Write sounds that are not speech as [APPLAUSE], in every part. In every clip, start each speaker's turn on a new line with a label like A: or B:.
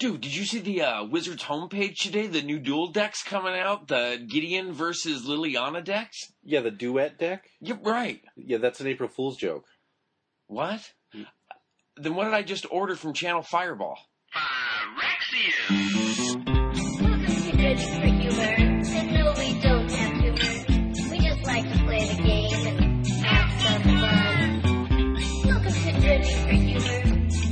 A: Dude, did you see the uh, Wizards homepage today? The new dual decks coming out, the Gideon versus Liliana decks?
B: Yeah, the duet deck.
A: You're right.
B: Yeah, that's an April Fool's joke.
A: What? Then what did I just order from Channel Fireball?
C: Phyrexian!
D: Welcome to Judge for Humor. And no, we don't have humor. We just like to play the game and have some fun. Welcome to Judge for Humor.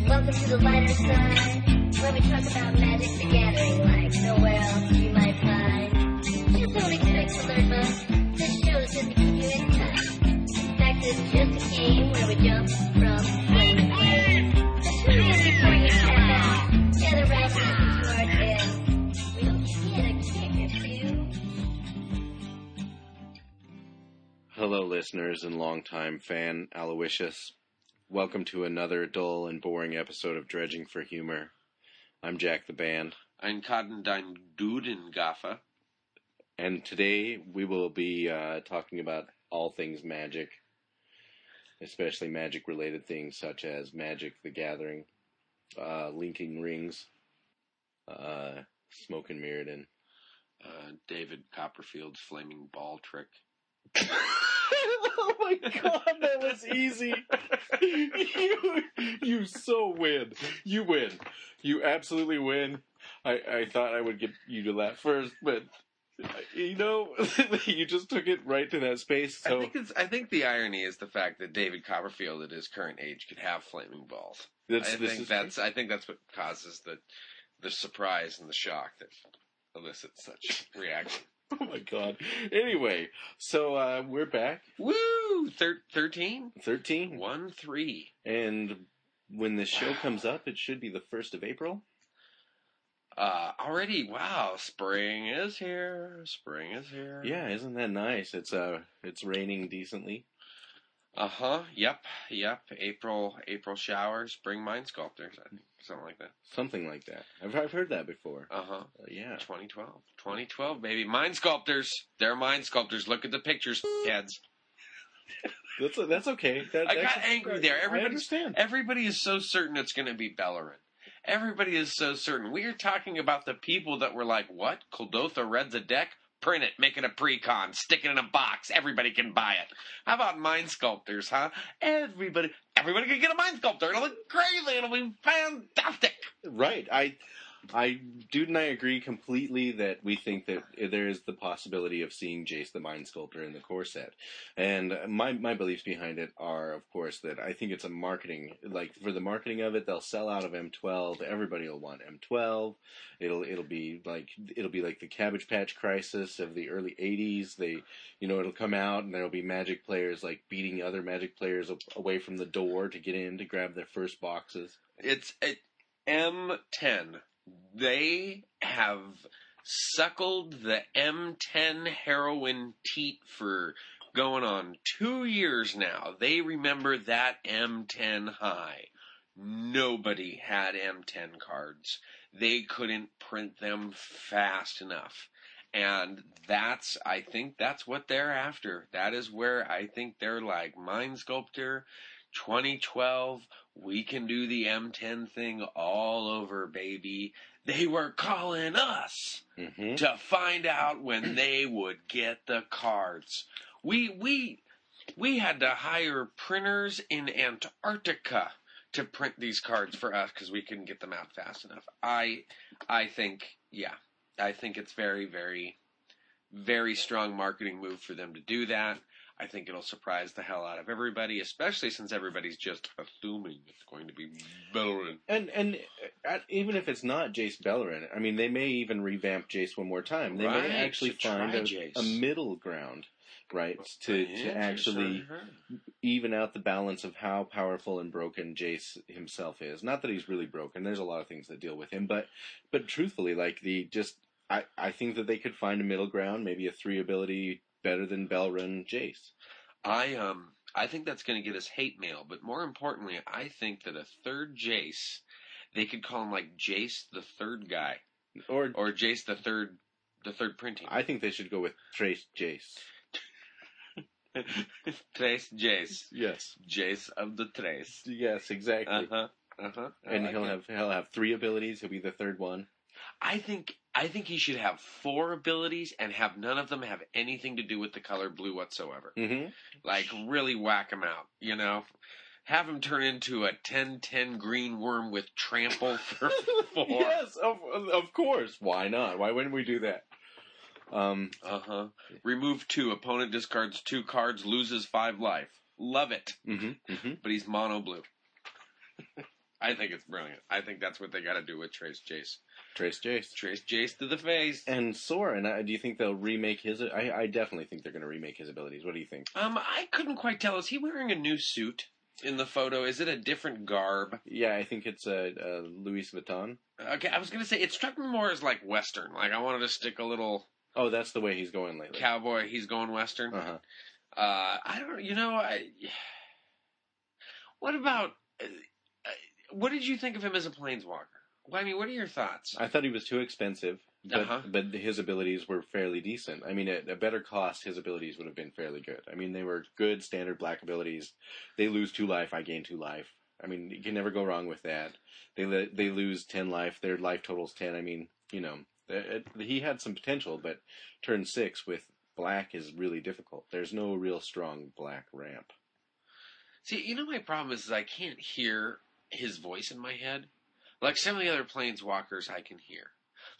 D: Welcome to the lighter side, where we talk about Magic the Gathering like nowhere else you might find. Just don't expect to learn much. This show is just to keep you in touch. In fact, it's just a game where we jump from play to play. That's really before you check out. Gather right next to our desk. We hope you get a kick or two.
B: Hello, listeners and longtime fan Aloysius. Welcome to another dull and boring episode of Dredging for Humor. I'm Jack the Band,
A: Ein Kaden dein Dudengaffer.
B: and today we will be uh, talking about all things magic, especially magic related things such as Magic the Gathering, uh, Linking Rings, uh, Smoke and Mirrodin.
A: Uh, David Copperfield's flaming ball trick.
B: oh my god, that was easy. [LAUGHS] You, you so win. You win. You absolutely win. I, I thought I would get you to laugh first, but you know, [LAUGHS] you just took it right to that space.
A: I
B: So
A: think it's. I think the irony is the fact that David Copperfield, at his current age, could have flaming balls.
B: that's,
A: I
B: this
A: think
B: is
A: that's. I think that's what causes the the surprise and the shock that elicits such reaction.
B: [LAUGHS] oh my god. Anyway, so uh, we're back
A: Woo! Thir- Thirteen.
B: thirteen,
A: One three.
B: and when this show comes up, it should be the first of April.
A: Uh, already. Wow! Spring is here. Spring is here.
B: Yeah, isn't that nice? It's uh, it's raining decently.
A: Uh huh. Yep. Yep. April. April showers. Spring mind sculptors. I think something like that.
B: Something like that. I've, I've heard that before.
A: Uh huh.
B: Uh, yeah.
A: 2012. 2012, baby. Mind sculptors. They're mind sculptors. Look at the pictures, heads.
B: That's that's okay. That,
A: I
B: that's
A: got angry there.
B: I
A: Everybody's-
B: understand.
A: Everybody is so certain it's going to be Bellerin. Everybody is so certain. We are talking about the people that were like, what? Koldotha reads a deck? Print it, make it a pre-con, stick it in a box. Everybody can buy it. How about mind sculptors, huh? Everybody, everybody can get a mind sculptor. It'll look crazy. It'll be fantastic.
B: Right. I, I, dude, and I agree completely that we think that there is the possibility of seeing Jace the Mind Sculptor in the core set, and my my beliefs behind it are, of course, that I think it's a marketing like for the marketing of it, they'll sell out of M12. Everybody will want M12. It'll it'll be like it'll be like the Cabbage Patch Crisis of the early '80s. They, you know, it'll come out and there'll be Magic players like beating other Magic players a- away from the door to get in to grab their first boxes.
A: It's at M10. They have suckled the M10 heroin teat for going on two years now. They remember that M10 high. Nobody had M10 cards. They couldn't print them fast enough. And that's, I think that's what they're after. That is where I think they're like Mind Sculptor, 2012, we can do the M10 thing all over, baby. They were calling us
B: Mm-hmm.
A: to find out when they would get the cards. We we we had to hire printers in Antarctica to print these cards for us because we couldn't get them out fast enough. I I think yeah, I think it's very very very strong marketing move for them to do that. I think it'll surprise the hell out of everybody, especially since everybody's just assuming it's going to be Bellerin.
B: And and uh, even if it's not Jace Bellerin, I mean, they may even revamp Jace one more time. They
A: Right,
B: may actually
A: so try
B: find a,
A: Jace.
B: a middle ground, right, to to actually
A: Uh-huh.
B: even out the balance of how powerful and broken Jace himself is. Not that he's really broken. There's a lot of things that deal with him, but but truthfully, like the just I I think that they could find a middle ground, maybe a three ability better than Bellerin Jace.
A: I um I think that's going to get us hate mail, but more importantly, I think that a third Jace, they could call him like Jace the third guy
B: Or
A: or Jace the third the third printing. [LAUGHS]
B: I think they should go with Trace Jace.
A: Trace Jace,
B: Yes.
A: Jace of the Trace.
B: Yes, exactly.
A: Uh huh. Uh-huh. I
B: and
A: like
B: he'll
A: it.
B: have he'll have three abilities. He'll be the third one.
A: I think I think he should have four abilities and have none of them have anything to do with the color blue whatsoever.
B: [LAUGHS] Mm-hmm.
A: Like really whack him out, you know. Have him turn into a 10-10 green worm with trample
B: [LAUGHS]
A: for [LAUGHS] four.
B: Yes, of of course. Why not? Why wouldn't we do that? Um,
A: Uh huh. Remove two. Opponent discards two cards, loses five life. Love it.
B: mhm, mhm.
A: But he's mono
B: [LAUGHS]
A: blue. I think it's brilliant. I think that's what they got to do with Trace Jace.
B: Trace Jace.
A: Trace Jace to the face.
B: And Soren, I, do you think they'll remake his? I, I definitely think they're going to remake his abilities. What do you think?
A: Um, I couldn't quite tell. Is he wearing a new suit in the photo? Is it a different garb?
B: Yeah, I think it's uh, uh, Louis Vuitton.
A: Okay, I was gonna say it struck me more as like Western. Like I wanted to stick a little
B: Oh, that's the way he's going lately.
A: cowboy. He's going Western.
B: uh-huh.
A: Uh, I don't. You know, I. What about? Uh, uh, what did you think of him as a planeswalker? Well, I mean, what are your thoughts?
B: I thought he was too expensive, but
A: Uh-huh.
B: but his abilities were fairly decent. I mean, at a better cost, his abilities would have been fairly good. I mean, they were good standard black abilities. They lose two life, I gain two life. I mean, you can never go wrong with that. They le- they lose ten life. Their life total's ten. I mean, you know, it, it- he had some potential, but turn six with black is really difficult. There's no real strong black ramp.
A: See, you know, my problem is, is I can't hear his voice in my head. Like some of the other planeswalkers, I can hear.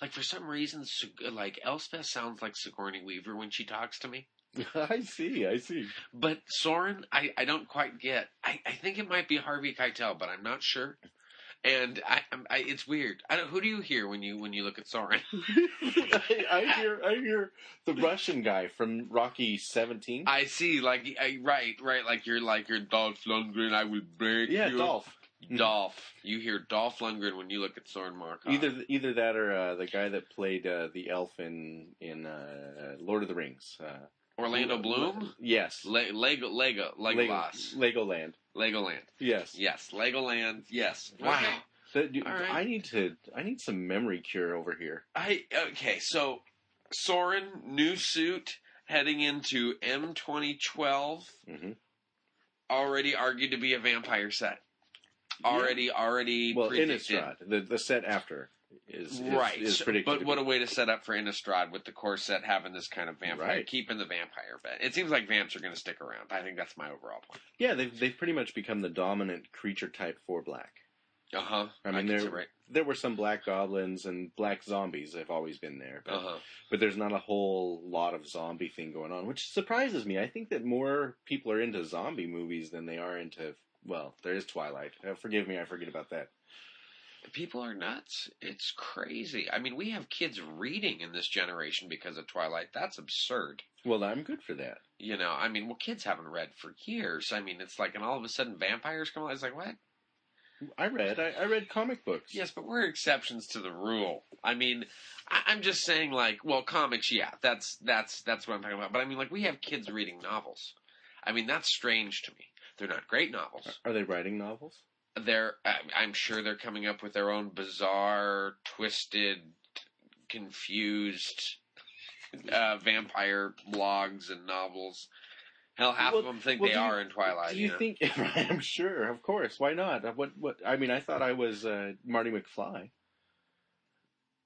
A: Like for some reason, Sig- like Elspeth sounds like Sigourney Weaver when she talks to me.
B: [LAUGHS] I see. I see.
A: But Soren, I, I don't quite get. I, I think it might be Harvey Keitel, but I'm not sure. And I, I'm- I it's weird. I don't, who do you hear when you when you look at Soren?
B: [LAUGHS] I, I hear. I hear the Russian guy from Rocky Seventeen.
A: I see, like, I, right, right, like you're like you're Dolph Lundgren. I will break
B: Yeah,
A: you.
B: Dolph.
A: Dolph. You hear Dolph Lundgren when you look at Soren Markov.
B: Either either that or uh, the guy that played uh, the elf in in uh, Lord of the Rings. Uh,
A: Orlando Bloom,
B: Yes.
A: Le- Lego, Lego, Legolas,
B: Lego, Legoland.
A: Legoland.
B: Yes.
A: Yes, Legoland. Yes. Wow.
B: So, dude,
A: All right.
B: I need to. I need some memory cure over here.
A: I okay. So Soren, new suit, heading into M twenty twelve.
B: Mhm.
A: Already argued to be a vampire set. Already, already.
B: Well,
A: predicted.
B: Innistrad, the the set after is, is
A: right.
B: is
A: so-
B: predicted.
A: but
B: to
A: what a
B: be-
A: way to set up for Innistrad with the corset having this kind of vampire,
B: Right.
A: keeping the vampire bent. It seems like vamps are going to stick around. I think that's my overall point.
B: yeah, they've they've pretty much become the dominant creature type for black.
A: Uh huh.
B: Uh-huh. I mean, they're-
A: right.
B: There were some black goblins and black zombies have always been there, but
A: Uh huh.
B: but there's not a whole lot of zombie thing going on, which surprises me. I think that more people are into zombie movies than they are into well, there is Twilight. Uh, forgive me, I forget about that.
A: People are nuts. It's crazy. I mean, we have kids reading in this generation because of Twilight. That's absurd.
B: Well, I'm good for that.
A: You know, I mean, well, kids haven't read for years. I mean, it's like, and all of a sudden vampires come out. It's like, what?
B: I read. I, I read comic books.
A: Yes, but we're exceptions to the rule. I mean, I, I'm just saying, like, well, comics, yeah, that's that's that's what I'm talking about. But I mean, like, we have kids reading novels. I mean, that's strange to me. They're not great novels.
B: Are they writing novels?
A: they're I- i'm sure they're coming up with their own bizarre twisted confused uh, vampire blogs and novels hell half of
B: Well-
A: them think
B: well,
A: they
B: do you-
A: are in twilight
B: Do you
A: know?
B: think? [LAUGHS] I'm sure. Of course. Why not? What? What? I mean, I thought I was uh, Marty McFly.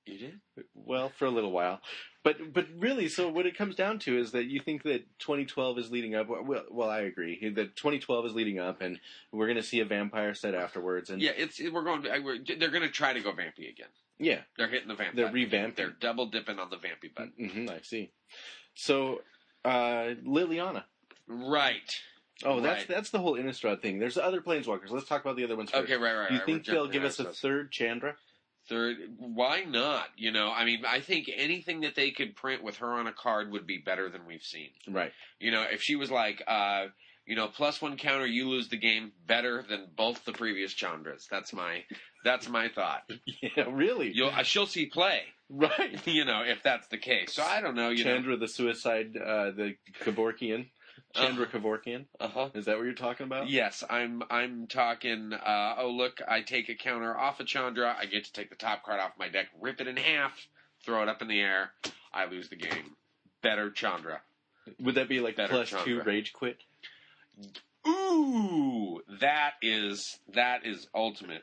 A: you did
B: Well, for a little while, but but really, so what it comes down to is that you think that 2012 is leading up. Well, well I agree that 2012 is leading up, and we're going to see a vampire set afterwards. And
A: yeah it's it- we're going to, I- we're, they're going to try to go vampy again
B: yeah,
A: they're hitting the vamp
B: they're
A: button.
B: revamped.
A: they're double dipping on the vampy button
B: hmm I see. So, uh, Liliana.
A: right
B: Oh, that's
A: Right.
B: that's the whole Innistrad thing. There's other planeswalkers. Let's talk about the other ones first.
A: okay right right
B: Do you
A: right.
B: think
A: We're
B: they'll
A: jumping
B: give
A: ahead
B: us a
A: of stuff.
B: third Chandra?
A: third why not you know i mean i think anything that they could print with her on a card would be better than we've seen
B: Right.
A: You know, if she was like, uh, you know, plus one counter, you lose the game. Better than both the previous Chandras. That's my, that's my thought.
B: [LAUGHS] [LAUGHS] Yeah. Really.
A: You'll, uh, she'll see play. [LAUGHS]
B: Right.
A: You know, if that's the case. So I don't know. You
B: Chandra, the suicide, uh, the Kavorkian.
A: Uh.
B: Chandra Kavorkian.
A: know. Uh huh.
B: Is that what you're talking about?
A: Yes, I'm. I'm talking. Uh, oh look, I take a counter off a Chandra. I get to take the top card off my deck, rip it in half, throw it up in the air. I lose the game. Better Chandra.
B: Would that be like
A: Better
B: plus
A: genre.
B: two rage quit?
A: Ooh, that is that is ultimate.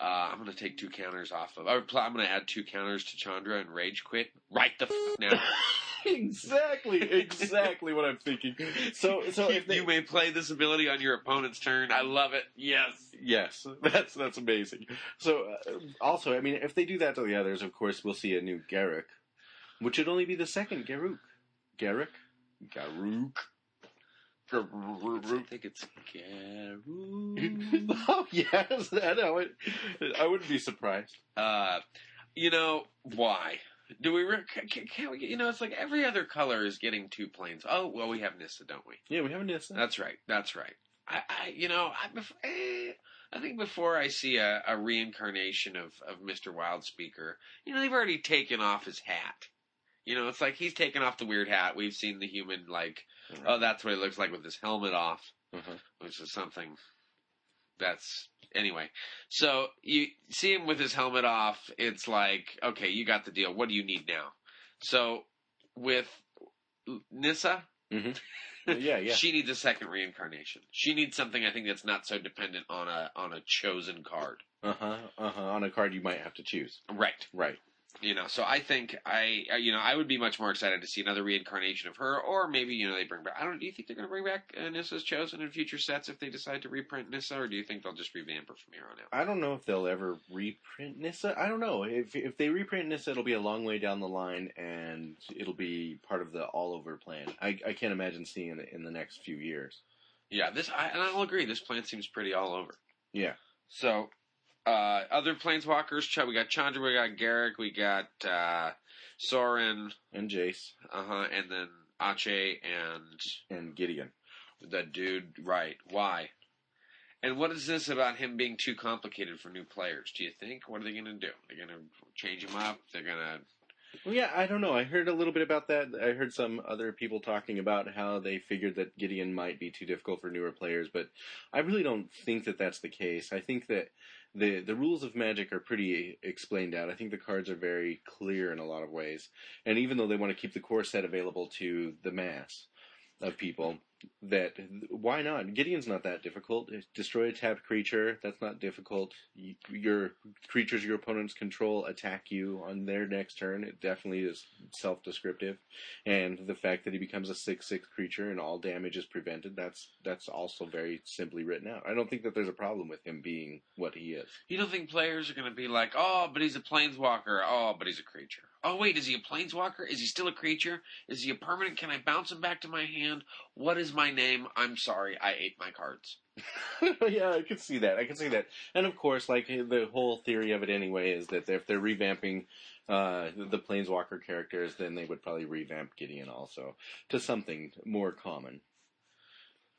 A: Uh, I'm gonna take two counters off of. Or pl- I'm gonna add two counters to Chandra and rage quit right
B: [LAUGHS]
A: the f- now.
B: [LAUGHS] exactly, exactly what I'm thinking. So, so
A: you,
B: if they,
A: you may play this ability on your opponent's turn. I love it. Yes.
B: yes, that's that's amazing. So, uh, also, I mean, if they do that to the others, of course, we'll see a new Garrick, which would only be the second Garuk. Garrick, Garuk.
A: I think it's Garou.
B: [LAUGHS] oh yes, [LAUGHS] I know. It, I wouldn't be surprised.
A: Uh, you know why? Do we? Re- ca- ca- can't we? Get, you know, it's like every other color is getting two planes. Oh well, we have Nissa, don't we?
B: Yeah, we have a Nissa.
A: That's right. That's right. I, I you know, I, bef- eh, I think before I see a, a reincarnation of of Mister Wildspeaker, you know, they've already taken off his hat. You know, it's like he's taken off the weird hat. We've seen the human like, oh, that's what it looks like with his helmet off
B: Uh-huh.
A: which is something that's anyway. So you see him with his helmet off. It's like, okay, you got the deal. What do you need now? So with Nissa,
B: Yeah, [LAUGHS] yeah.
A: she needs a second reincarnation. She needs something I think that's not so dependent on a on a chosen card.
B: Uh huh. Uh huh. On a card you might have to choose.
A: Right.
B: Right.
A: You know, so I think I I- you know, I would be much more excited to see another reincarnation of her or maybe you know they bring back I don't do you think they're going to bring back uh, Nissa's chosen in future sets if they decide to reprint Nissa or do you think they'll just revamp her from here on out?
B: I don't know if they'll ever reprint Nissa. I don't know if if they reprint Nissa, it'll be a long way down the line, and it'll be part of the all over plan. I, I can't imagine seeing it in the next few years.
A: Yeah, this I, and I'll agree. This plan seems pretty all over.
B: Yeah.
A: So, uh, other planeswalkers. Ch- We got Chandra. We got Garrick. We got uh, Soren.
B: And Jace
A: Uh huh. And then Ache and
B: and Gideon.
A: the dude. Right? Why? And what is this about him being too complicated for new players? Do you think? What are they going to do? They're going to change him up. They're going to
B: Well, yeah, I don't know. I heard a little bit about that. I heard some other people talking about how they figured that Gideon might be too difficult for newer players, but I really don't think that that's the case. I think that the the rules of Magic are pretty explained out. I think the cards are very clear in a lot of ways, and even though they want to keep the core set available to the mass of people, that why not? Gideon's not that difficult. Destroy a tapped creature. That's not difficult. Y- Your creatures your opponents control attack you on their next turn. It definitely is self descriptive, and the fact that he becomes a six six creature and all damage is prevented. That's that's also very simply written out. I don't think that there's a problem with him being what he is.
A: You don't think players are going to be like, oh, but he's a planeswalker. Oh, but he's a creature. Oh, wait, is he a planeswalker? Is he still a creature? Is he a permanent? Can I bounce him back to my hand? What is my name? I'm sorry, I ate my cards.
B: [LAUGHS] yeah, I could see that. I could see that. And of course, like the whole theory of it anyway is that if they're revamping uh, the Planeswalker characters, then they would probably revamp Gideon also to something more common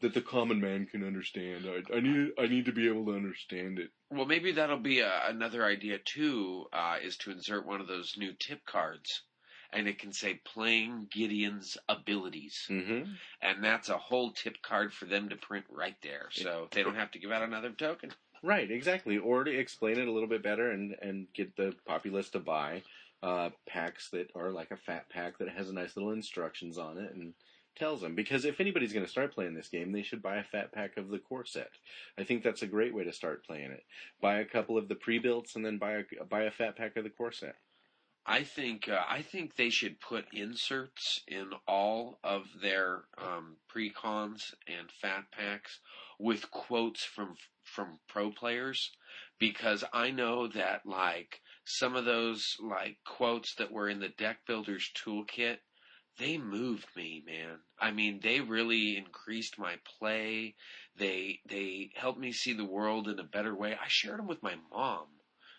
B: that the common man can understand. I, I need I need to be able to understand it.
A: Well, maybe that'll be a, another idea too. Uh, is to insert one of those new tip cards, and it can say playing Gideon's abilities,
B: Mm-hmm.
A: and that's a whole tip card for them to print right there, so they don't have to give out another token.
B: Right, exactly. Or to explain it a little bit better and, and get the populace to buy uh, packs that are like a fat pack that has a nice little instructions on it and tells them. Because if anybody's going to start playing this game, they should buy a fat pack of the core set. I think that's a great way to start playing it. Buy a couple of the pre-builts and then buy a, buy a fat pack of the core set.
A: I think uh, I think they should put inserts in all of their um, pre-cons and fat packs with quotes from from pro players because I know that like some of those like quotes that were in the deck builders toolkit they moved me man i mean they really increased my play they they helped me see the world in a better way i shared them with my mom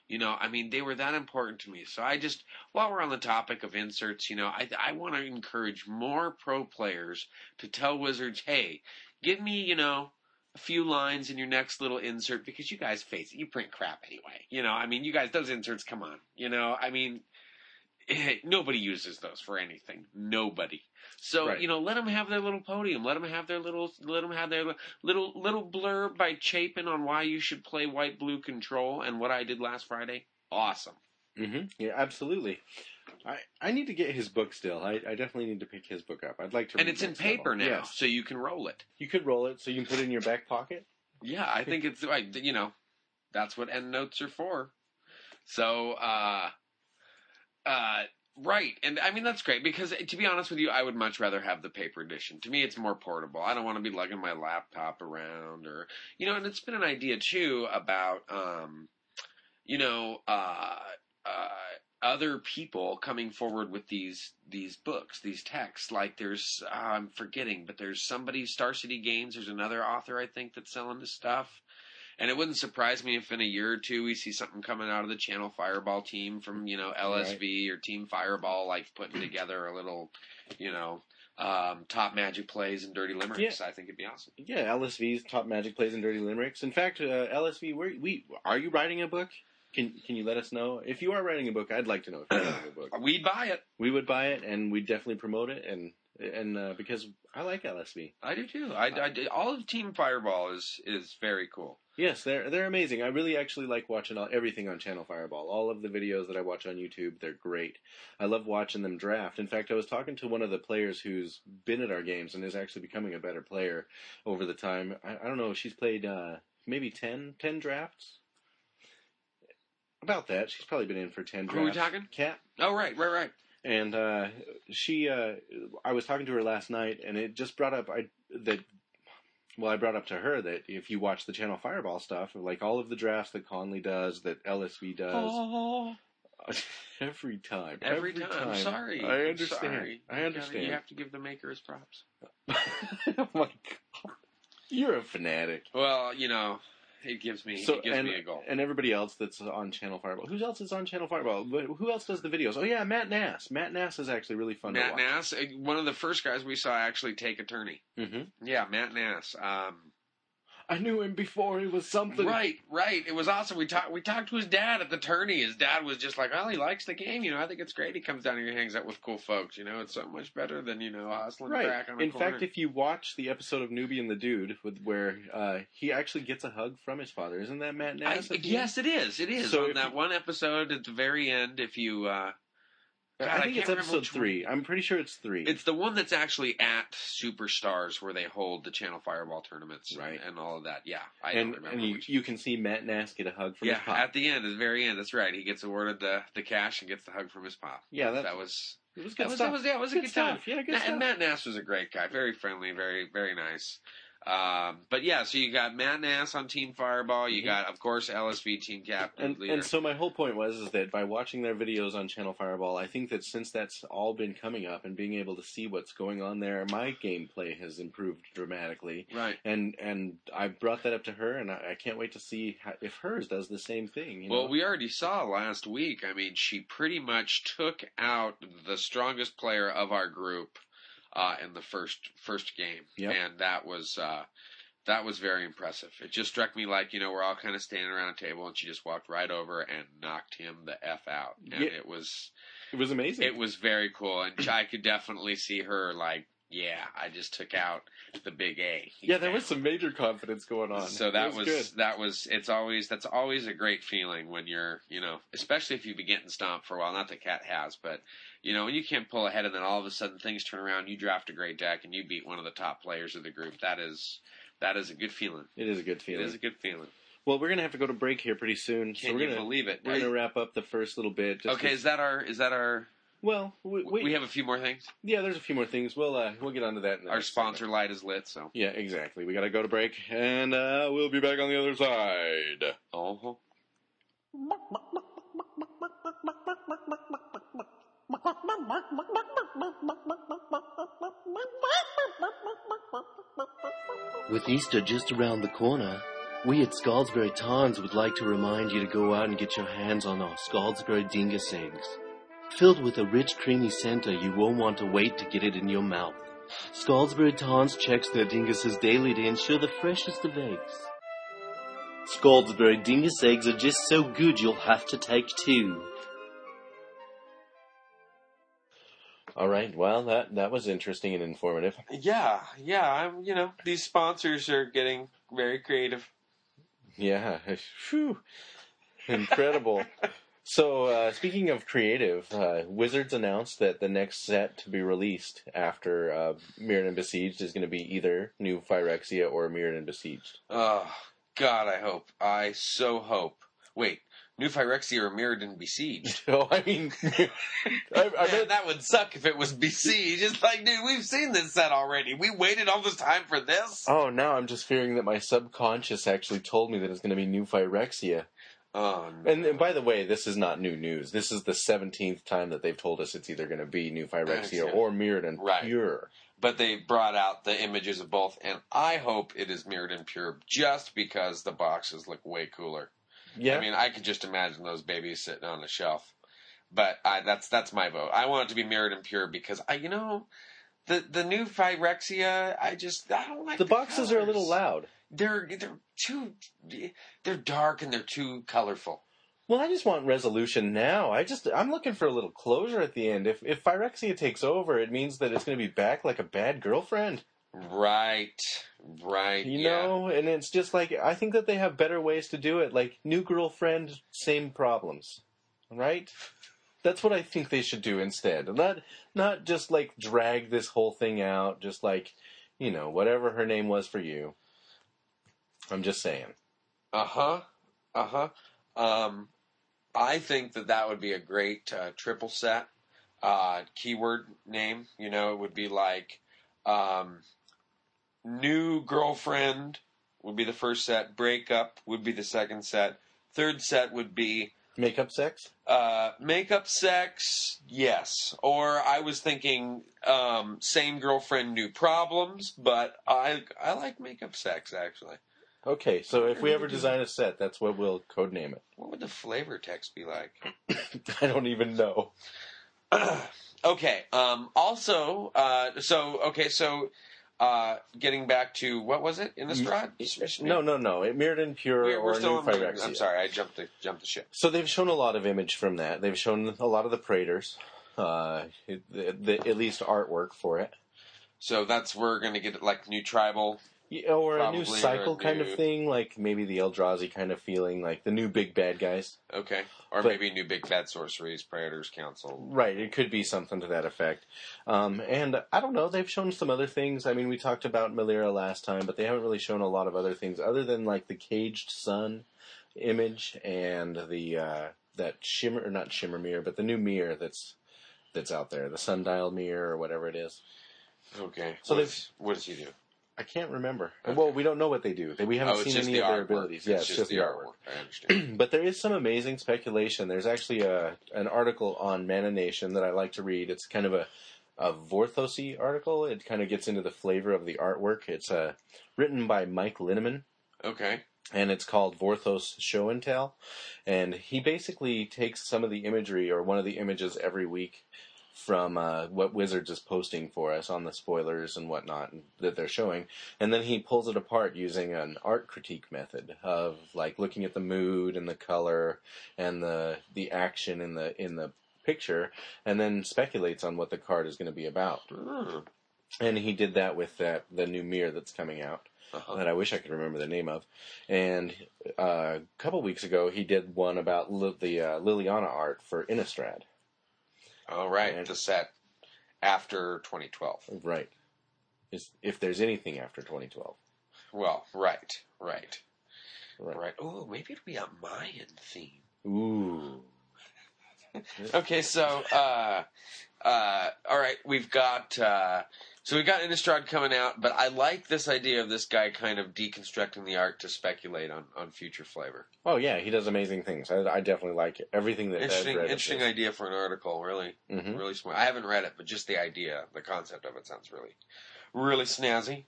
A: you know i mean they were that important to me so i just while we're on the topic of inserts you know i i want to encourage more pro players to tell wizards hey give me you know a few lines in your next little insert because you guys face it you print crap anyway you know i mean you guys those inserts come on you know i mean [LAUGHS] nobody uses those for anything nobody so
B: Right.
A: you know let them have their little podium let them have their little let them have their li- little little blurb by chapin on why you should play white blue control and what i did last friday awesome
B: Mm-hmm. Yeah, absolutely. I, I need to get his book still. I, I definitely need to pick his book up. I'd like to.
A: and
B: read
A: it's in
B: next level.
A: paper now
B: Yes.
A: so you can roll it
B: You could roll it so you can put it in your back pocket.
A: yeah i think it's I, you know That's what endnotes are for. So, uh, uh, right. And I mean, that's great because eh, to be honest with you, I would much rather have the paper edition. To me, it's more portable. I don't want to be lugging my laptop around or, you know, and it's been an idea too about, um, you know, uh, uh, other people coming forward with these these books, these texts. Like there's, uh, I'm forgetting, but there's somebody, Star City Games. There's another author I think that's selling this stuff. And it wouldn't surprise me if in a year or two we see something coming out of the Channel Fireball team from you know LSV or Team Fireball, like putting together a little, you know, um, top magic plays and dirty limericks. I think it'd be awesome.
B: Yeah, LSV's top magic plays and dirty limericks. In fact, uh, LSV, where, we are you writing a book? Can can you let us know if you are writing a book? I'd like to know if you're writing a book.
A: [CLEARS THROAT] We'd buy it.
B: We would buy it and we'd definitely promote it and and uh, because I like LSV.
A: I do too. I, I do- all of Team Fireball is is very cool.
B: Yes, they're they're amazing. I really actually like watching all, everything on Channel Fireball. All of the videos that I watch on YouTube, they're great. I love watching them draft. In fact, I was talking to one of the players who's been at our games and is actually becoming a better player over the time. I, I don't know. She's played uh, maybe 10, 10 drafts. About that, she's probably been in for ten.
A: Who are we
B: drafts.
A: talking?
B: Cat.
A: Oh right, right, right.
B: and uh, she uh, i was talking to her last night and it just brought up i that well i brought up to her that if you watch the channel fireball stuff like all of the drafts that conley does that lsv does
A: Oh,
B: [LAUGHS] every time
A: every, time. I'm sorry.
B: i
A: I'm
B: understand
A: sorry.
B: i
A: You
B: understand
A: have to give the maker his props.
B: [LAUGHS] oh my god you're a fanatic
A: Well, you know, it gives me
B: So
A: it gives
B: and,
A: me a goal.
B: and everybody else that's on Channel Fireball. Who else is on Channel Fireball? Wh- Who else does the videos? Oh yeah, Matt Nass. Matt Nass is actually really fun to
A: Matt
B: watch.
A: Nass, uh, one of the first guys we saw actually take attorney.
B: hmm
A: Yeah, Matt Nass. Um,
B: I knew him before he was something.
A: right, right. It was awesome. We talked. We talked to his dad at the tourney. His dad was just like, "Well, he likes the game. You know, I think it's great. He comes down here, hangs out with cool folks. You know, it's so much better than you know hustling crack on a
B: In
A: corner."
B: fact, if you watch the episode of Newbie and the Dude, with, where uh, he actually gets a hug from his father, isn't that Matt
A: I-
B: Nass? at the
A: yes, it is. It is
B: So
A: on
B: if
A: that
B: you-
A: one episode at the very end. If you, uh,
B: end?
A: God,
B: I think
A: can't
B: it's
A: remember
B: episode
A: which one.
B: three. I'm pretty sure it's three.
A: It's the one that's actually at Superstars where they hold the Channel Fireball tournaments and-
B: Right.
A: and, all of that. Yeah, I
B: and
A: don't remember.
B: and you,
A: which-
B: you can see Matt Nass get a hug from
A: yeah,
B: his pop.
A: at the end, at the very end. That's right. He gets awarded the, the cash and gets the hug from his pop.
B: yeah, that,
A: That was
B: it was good
A: that was,
B: stuff.
A: that was yeah, it was a
B: good,
A: good time.
B: stuff. Yeah, good
A: Na-
B: stuff.
A: and Matt Nass was a great guy, very friendly, very very nice. Um, but yeah, so you got Matt Nass on Team Fireball. You
B: Mhm.
A: got, of course, LSV team captain
B: and,
A: leader.
B: and so my whole point was is that by watching their videos on Channel Fireball, I think that since that's all been coming up and being able to see what's going on there, my gameplay has improved dramatically.
A: right.
B: and and I brought that up to her, and I, I can't wait to see how, if hers does the same thing. You
A: Well,
B: know?
A: we already saw last week. I mean, she pretty much took out the strongest player of our group uh, in the first first game,
B: Yep.
A: and that was uh, that was very impressive. It just struck me like you know we're all kind of standing around a table, and she just walked right over and knocked him the f out, and
B: Yeah.
A: it was
B: it was amazing.
A: it was very cool, and I could definitely see her like, yeah, I just took out the big A.
B: yeah, there was some major confidence going on.
A: So that
B: It
A: was,
B: good.
A: that was it's always that's always a great feeling when you're you know especially if you've been getting stomped for a while not that cat has but you know when you can't pull ahead and then all of a sudden things turn around you draft a great deck and you beat one of the top players of the group that is that is a good feeling
B: It is a good feeling.
A: it is a good feeling
B: well, we're gonna have to go to break here pretty soon, so
A: can
B: we're
A: you
B: gonna
A: believe it
B: we're gonna wrap up the first little bit. just
A: okay
B: to-
A: is that our is that our
B: well, we, we,
A: we have a few more things
B: yeah. There's a few more things. We'll uh, we'll get onto that. In the
A: our
B: next segment.
A: sponsor light is lit so
B: Yeah, exactly. We gotta go to break, and uh, we'll be back on the other side.
A: uh-huh.
E: With Easter just around the corner, we at Scarsbury Tarns would like to remind you to go out and get your hands on our Scarsbury Dingus eggs. Filled with a rich creamy center, you won't want to wait to get it in your mouth. Scarsbury Tarns checks their dinguses daily to ensure the freshest of eggs. Scarsbury Dingus eggs are just so good you'll have to take two.
B: All right. Well, that that was interesting and informative.
A: yeah yeah i'm you know these sponsors are getting very creative
B: Yeah. [LAUGHS] Phew. Incredible. so, uh, speaking of creative, uh, Wizards announced that the next set to be released after uh, Mirrodin Besieged [LAUGHS] is going to be either New Phyrexia or Mirrodin Besieged.
A: Oh God, I hope. I so hope. Wait, New Phyrexia or Mirrodin [LAUGHS] besieged?
B: No, I mean, [LAUGHS] I, I
A: Man,
B: bet
A: that would suck if it was besieged. It's like, dude, we've seen this set already. We waited all this time for this.
B: Oh, now I'm just fearing that my subconscious actually told me that it's going to be new Phyrexia.
A: Oh, no.
B: And, and by the way, this is not new news. This is the 17th time that they've told us it's either going to be new Phyrexia
A: Phyrexia.
B: or Mirrodin
A: Right.
B: Pure.
A: but they brought out the images of both, and I hope it is Mirrodin Pure just because the boxes look way cooler.
B: Yeah.
A: I mean, I could just imagine those babies sitting on a shelf. But I, that's that's my vote. I want it to be Mirrodin Pure because I, you know, the the new Phyrexia, I just I don't like
B: the boxes are a little
A: colors.
B: loud.
A: They're they're too they're dark and they're too colorful.
B: Well, I just want resolution now. I just I'm looking for a little closure at the end. If if Phyrexia takes over, it means that it's going to be back like a bad girlfriend,
A: Right, right.
B: you
A: yeah.
B: know. And it's just like I think that they have better ways to do it. Like new girlfriend, same problems, right? That's what I think they should do instead. Not not just like drag this whole thing out. Just like you know whatever her name was for you. I'm just saying.
A: Uh huh. Uh huh. Um, I think that that would be a great uh, triple set uh, keyword name. You know, it would be like um, new girlfriend would be the first set, breakup would be the second set, third set would be
B: Makeup sex.
A: uh, makeup sex, yes. Or I was thinking um, same girlfriend, new problems, but I I like makeup sex actually.
B: Okay, so if we ever design a set, that's what we'll codename it.
A: What would the flavor text be like?
B: [LAUGHS] I don't even know.
A: [CLEARS THROAT] okay. Um, also, uh, so okay, so uh, getting back to what was it in the Strahd?
B: No, no, no. It mirrored in pure
A: we're,
B: or
A: we're still
B: new
A: on the,
B: Phyrexia.
A: I'm sorry, I jumped the jumped the ship.
B: So they've shown a lot of image from that. They've shown a lot of the Praetors, uh, the, the, at least artwork for it,
A: So that's we're gonna get like new tribal.
B: Yeah, or a
A: Probably,
B: new
A: or a
B: cycle kind
A: new-
B: of thing, like maybe the Eldrazi kind of feeling, like the new big bad guys.
A: Okay, or
B: But-
A: maybe new big bad sorceries, predators, council.
B: Right, it could be something to that effect. Um, and I don't know, they've shown some other things. I mean, we talked about Malira last time, but they haven't really shown a lot of other things other than like the caged sun image and the uh, that shimmer or not shimmer mirror, but the new mirror that's that's out there, the sundial mirror or whatever it is.
A: Okay.
B: So
A: what,
B: they've-
A: does- what does he do? Oh,
B: I can't remember. Well, we don't know what they do. They, we haven't seen any of their
A: artwork.
B: abilities. Yeah, it's, just, the artwork.
A: I understand.
B: [CLEARS THROAT] but there is some amazing speculation. There's actually a an article on Mana Nation that I like to read. It's kind of a a Vorthosy article. It kind of gets into the flavor of the artwork. It's uh, written by Mike Linneman,
A: okay.
B: and it's called Vorthos Show and Tell. And he basically takes some of the imagery or one of the images every week from uh, what Wizards is posting for us on the spoilers and whatnot that they're showing, and then he pulls it apart using an art critique method of like looking at the mood and the color and the the action in the in the picture, and then speculates on what the card is going to be about.
A: Hmm.
B: And he did that with that the new mirror that's coming out
A: Uh-huh.
B: that I wish I could remember the name of. And uh, a couple weeks ago, he did one about Li- the uh, Liliana art for Innistrad.
A: All right.
B: And-
A: the set after 2012.
B: Right. Is- If there's anything after 2012.
A: Well, right, right,
B: Right.
A: right. Oh, maybe it'll be a Mayan theme.
B: Ooh.
A: Okay, so uh, uh, all right, we've got uh, so we got Innistrad coming out, but I like this idea of this guy kind of deconstructing the art to speculate on on future flavor.
B: Oh, yeah, he does amazing things. I, I definitely like everything that
A: Interesting,
B: I've read.
A: interesting idea for an article. Really,
B: hmm
A: really smart. I haven't read it, but just the idea, the concept of it sounds really, really snazzy.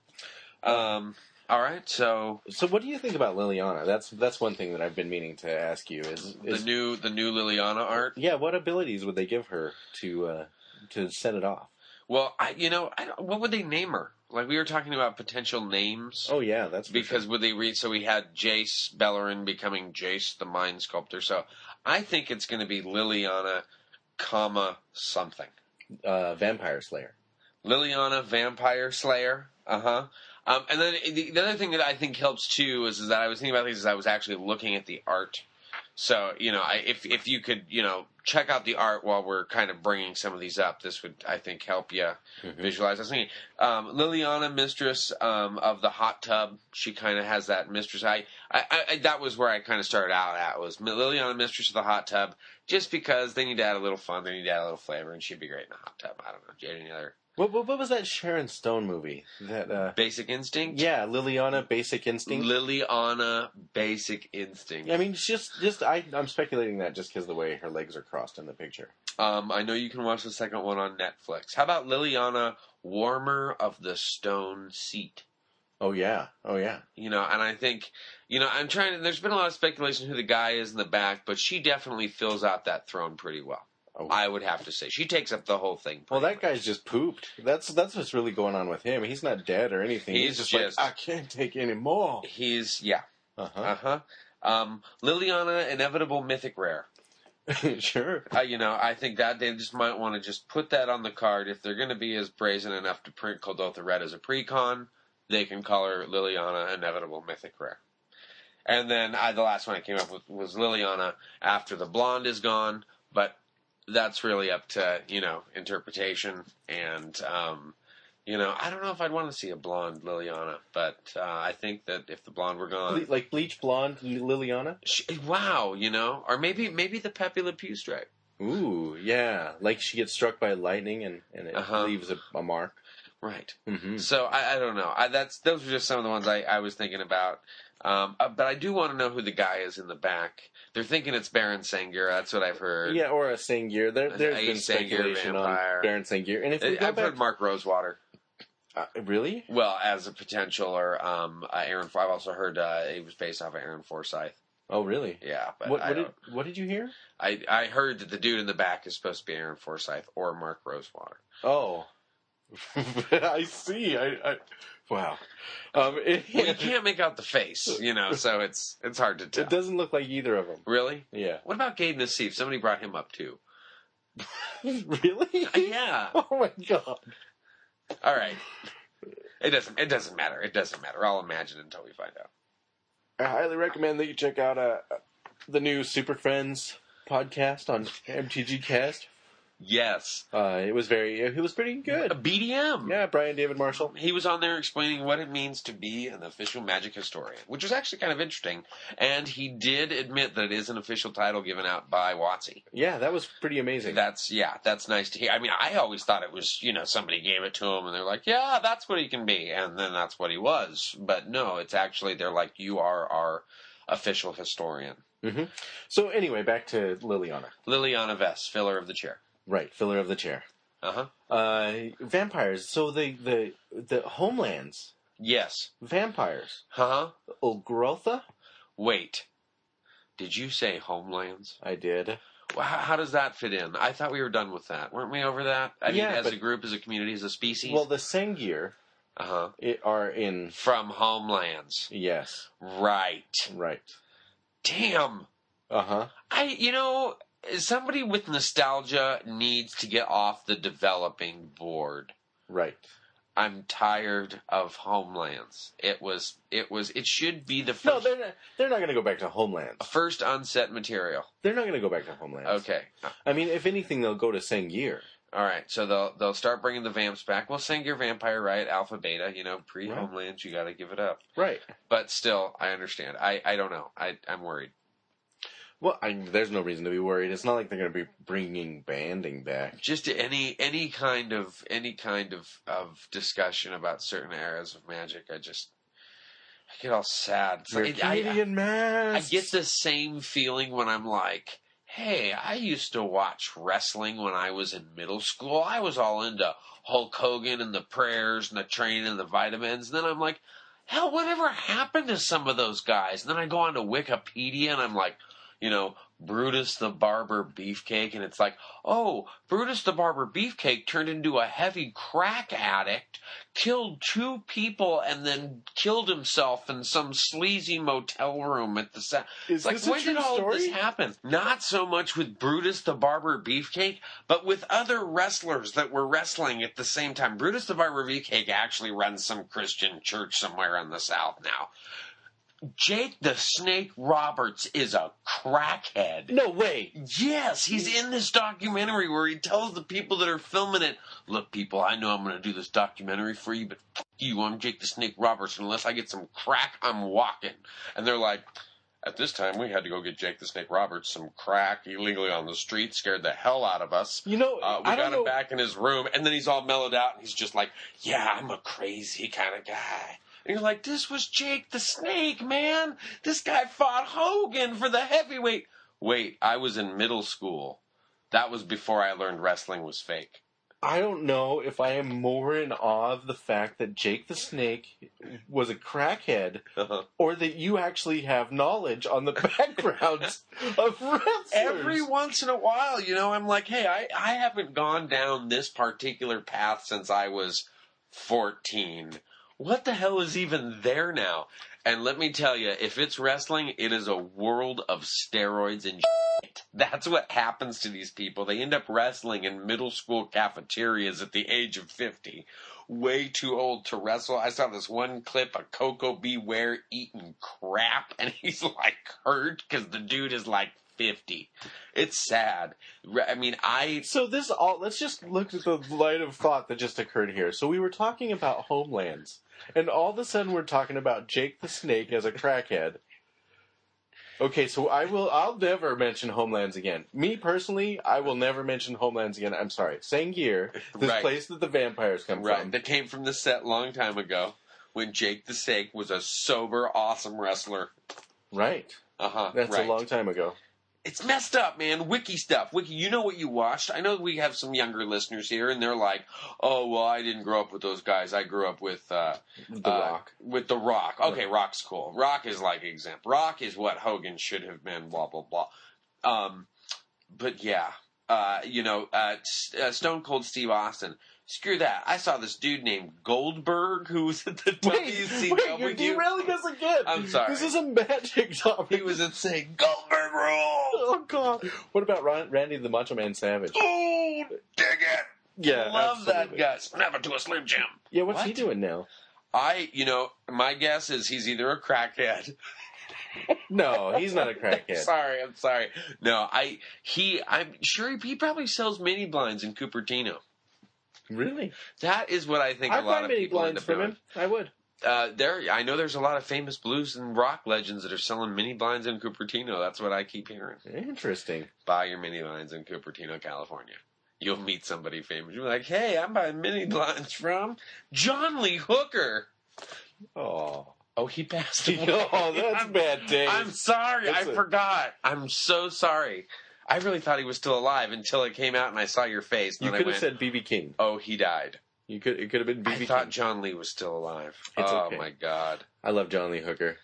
A: Um, all right, so
B: So, what do you think about Liliana? That's that's one thing that I've been meaning to ask you. Is,
A: the
B: is
A: new the new Liliana art.
B: yeah, what abilities would they give her to uh, to set it off?
A: Well, I, you know, I don't, what would they name her? Like we were talking about potential names.
B: Oh, yeah, that's for
A: because would they read? So we had Jace Bellerin becoming Jace the Mind Sculptor. So I think it's going to be Liliana, comma something.
B: sure. uh, Vampire Slayer.
A: Liliana Vampire Slayer. Uh huh. Um, and then the, the other thing that I think helps too is, is that I was thinking about these is I was actually looking at the art. So you know, I, if if you could you know check out the art while we're kind of bringing some of these up, this would I think help you visualize. I was thinking, um, Liliana, mistress um, of the hot tub, she kind of has that mistress. I, I, I that was where I kind of started out at was Liliana, mistress of the hot tub, just because they need to add a little fun, they need to add a little flavor, and she'd be great in the hot tub. I don't know, do you have any other
B: What, what, what was that Sharon Stone movie? That uh,
A: basic instinct?
B: yeah, Liliana, Basic Instinct.
A: Liliana, basic instinct.
B: I mean, it's just just I, I'm speculating that just because the way her legs are crossed in the picture.
A: Um, I know you can watch the second one on Netflix. How about Liliana, warmer of the stone seat?
B: Oh yeah, oh yeah.
A: You know, and I think, you know, I'm trying to. There's been a lot of speculation who the guy is in the back, but she definitely fills out that throne pretty well.
B: Oh.
A: I would have to say she takes up the whole thing.
B: well,
A: pretty
B: that guy's just pooped. That's that's what's really going on with him. He's not dead or anything.
A: He's
B: He's, just,
A: just-
B: like I can't take any more.
A: much. he's yeah,
B: Uh
A: uh huh. Um, Liliana, inevitable mythic rare.
B: huh. [LAUGHS] sure.
A: Uh, you know, I think that they just might want to just put that on the card if they're going to be as brazen enough to print Coldotha Red as a precon. They can call her Liliana Inevitable Mythic Rare. And then I, the last one I came up with was Liliana after the blonde is gone, but that's really up to you know interpretation. And um, you know, I don't know if I'd want to see a blonde Liliana, but uh, I think that if the blonde were
B: Ble-
A: gone,
B: like bleach blonde Liliana.
A: she, wow, you know, or maybe maybe the Pepe Le Pew stripe.
B: Ooh, yeah. Like she gets struck by lightning and and it
A: Uh-huh.
B: leaves a, a mark.
A: Right.
B: Mm-hmm.
A: Hmm. So I, I don't know. I, that's those are just some of the ones I, I was thinking about. Um, uh, but I do want to know who the guy is in the back. They're thinking it's Baron Sanger. That's what I've heard.
B: Yeah, or a Sangir. There,
A: An
B: there's
A: a
B: been
A: Sangir
B: speculation on
A: vampire.
B: Baron Sangir. And if we
A: I-
B: go
A: Uh, I've
B: back,
A: heard Mark Rosewater.
B: uh, really?
A: Well, as a potential, or um, uh, Aaron. I've also heard uh, it was based off of Aaron Forsyth.
B: Oh, really?
A: Yeah, but
B: What,
A: I,
B: what did
A: don't-
B: what did you hear?
A: I I heard that the dude in the back is supposed to be Aaron Forsyth or Mark Rosewater.
B: [LAUGHS] Oh, I see. I, I wow. Um, [LAUGHS] it,
A: Well, you can't make out the face, you know, so it's it's hard to tell.
B: it doesn't look like either of them.
A: Really?
B: Yeah. [LAUGHS]
A: What about Gabe Nassif? Somebody brought him up too.
B: really? [LAUGHS]
A: Uh, yeah.
B: Oh my god.
A: All right. [LAUGHS] It doesn't. It doesn't matter. It doesn't matter. I'll imagine until we find out.
B: I highly recommend that you check out uh, the new Super Friends podcast on MTG Cast.
A: Yes.
B: Uh, it was very. It was pretty
A: A
B: good.
A: BDM.
B: Yeah, Brian David Marshall.
A: He was on there explaining what it means to be an official magic historian, which was actually kind of interesting. And he did admit that it is an official title given out by WotC.
B: Yeah, that was pretty amazing.
A: That's yeah, that's nice to hear. I mean, I always thought it was you know somebody gave it to him and they're like, yeah, that's what he can be, and then that's what he was. But no, it's actually they're like, you are our official historian,
B: So anyway, back to Liliana.
A: Liliana Vess, filler of the chair.
B: Right, filler of the chair.
A: Uh huh.
B: Uh, vampires. So the the the homelands.
A: Yes.
B: Vampires.
A: Huh?
B: Ulgrotha.
A: Wait. Did you say homelands?
B: I did.
A: Well, how, how does that fit in? I thought we were done with that. Weren't we over that? I mean,
B: Yeah,
A: as
B: but-
A: a group, as a community, as a species?
B: Well, the Sengir
A: uh huh.
B: i- are in.
A: From homelands.
B: Yes.
A: Right.
B: Right.
A: Damn.
B: Uh huh.
A: I, you know, somebody with nostalgia needs to get off the developing board.
B: Right.
A: I'm tired of homelands. It was, it was, it should be the
B: No,
A: first,
B: they're not, they're not going to go back to homelands.
A: first unset material.
B: They're not going to go back to homelands.
A: Okay.
B: I mean, if anything, they'll go to Sengir.
A: All right, so they'll they'll start bringing the vamps back. Well, Singer Vampire Riot Alpha Beta, you know, pre Homelands, you got to give it up.
B: Right.
A: But still, I understand. I I don't know. I I'm worried.
B: Well, I, there's no reason to be worried. It's not like they're going to be bringing banding back.
A: Just any any kind of any kind of of discussion about certain eras of magic, I just I get all sad. It's like- I- I-
B: Canadian masks.
A: I get the same feeling when I'm like, hey, I used to watch wrestling when I was in middle school. I was all into Hulk Hogan and the prayers and the training and the vitamins. then I'm like, hell, whatever happened to some of those guys? And then I go on to Wikipedia and I'm like, you know, Brutus the Barber Beefcake. And it's like, oh, Brutus the Barber Beefcake turned into a heavy crack addict, killed two people, and then killed himself in some sleazy motel room at the South.
B: Is
A: Like,
B: this a
A: when
B: true
A: did all
B: story?
A: of this happen? Not so much with Brutus the Barber Beefcake, but with other wrestlers that were wrestling at the same time. Brutus the Barber Beefcake actually runs some Christian church somewhere in the South now. Jake the Snake Roberts is a crackhead.
B: No way.
A: Yes, he's in this documentary where he tells the people that are filming it, look, people, I know I'm going to do this documentary for you, but f- you, I'm Jake the Snake Roberts. Unless I get some crack, I'm walking. And they're like, at this time, we had to go get Jake the Snake Roberts some crack illegally on the street, scared the hell out of us.
B: You know,
A: Uh, we
B: I don't
A: got
B: know.
A: him back in his room, and then he's all mellowed out, and he's just like, "Yeah, I'm a crazy kind of guy." And you're like, "This was Jake the Snake, man. This guy fought Hogan for the heavyweight." Wait, I was in middle school. That was before I learned wrestling was fake.
B: I don't know if I am more in awe of the fact that Jake the Snake was a crackhead or that you actually have knowledge on the [LAUGHS] backgrounds of wrestlers.
A: Every once in a while, you know, I'm like, "Hey, I I haven't gone down this particular path since I was 14." What the hell is even there now? And let me tell you, if it's wrestling, it is a world of steroids and shit. That's what happens to these people. They end up wrestling in middle school cafeterias at the age of 50. Way too old to wrestle. I saw this one clip of Coco Beware eating crap, [LAUGHS] and he's like hurt because the dude is like 50. It's sad. Re- I mean, I.
B: So this all let's just look at the light of thought that just occurred here. So we were talking about homelands, and all of a sudden we're talking about Jake the Snake as a crackhead. Okay, so I will I'll never mention homelands again. Me personally, I will never mention homelands again. I'm sorry. Sangier, this
A: Right.
B: place that the vampires come
A: Right.
B: from.
A: That came from the set long time ago when Jake the Snake was a sober, awesome wrestler.
B: Right.
A: Uh huh.
B: That's a long time ago.
A: It's messed up, man. Wiki stuff. Wiki, you know what you watched. I know we have some younger listeners here, and they're like, "Oh, well, I didn't grow up with those guys. I grew up with uh,
B: The
A: uh,
B: Rock.
A: With the Rock. Okay, Rock's cool. Rock is like example. Rock is what Hogan should have been. Blah blah blah. Um, but yeah, uh, you know, uh, S- uh, Stone Cold Steve Austin. Screw that. I saw this dude named Goldberg who was at the WCW.
B: you're derailing us again.
A: I'm sorry.
B: This is a magic [LAUGHS] topic.
A: he was insane. Goldberg rule.
B: Oh God! What about Ron- Randy the Macho Man Savage?
A: Oh, dig it.
B: Yeah,
A: love
B: absolutely.
A: that guy. Snap it to a Slim Jim.
B: Yeah, what's he
A: What?
B: doing now?
A: I, you know, my guess is he's either a crackhead.
B: No,
A: [LAUGHS]
B: he's not a crackhead.
A: Sorry, I'm sorry. No, I, he, I'm sure he, he probably sells mini blinds in Cupertino.
B: Really?
A: That is what I think
B: I
A: a lot
B: buy
A: of
B: mini
A: people end
B: blinds
A: up
B: from
A: doing.
B: him. I would.
A: Uh, there, I know there's a lot of famous blues and rock legends that are selling mini blinds in Cupertino. That's what I keep hearing.
B: Interesting.
A: Buy your mini blinds in Cupertino, California. You'll meet somebody famous. You're like, hey, I'm buying mini blinds from John Lee Hooker.
B: [LAUGHS] Oh,
A: Oh, he passed [LAUGHS] away.
B: [LAUGHS] oh, that's
A: I'm-
B: bad days.
A: I'm sorry, I
B: It's a-
A: forgot. I'm so sorry. I really thought he was still alive until it came out and I saw your face. And
B: you
A: then
B: could
A: I
B: have
A: went,
B: said BB King.
A: "Oh, he died."
B: You could. It could have been
A: I
B: BB
A: thought
B: King.
A: John Lee was still alive.
B: It's
A: oh
B: okay.
A: my god!
B: I love John Lee Hooker.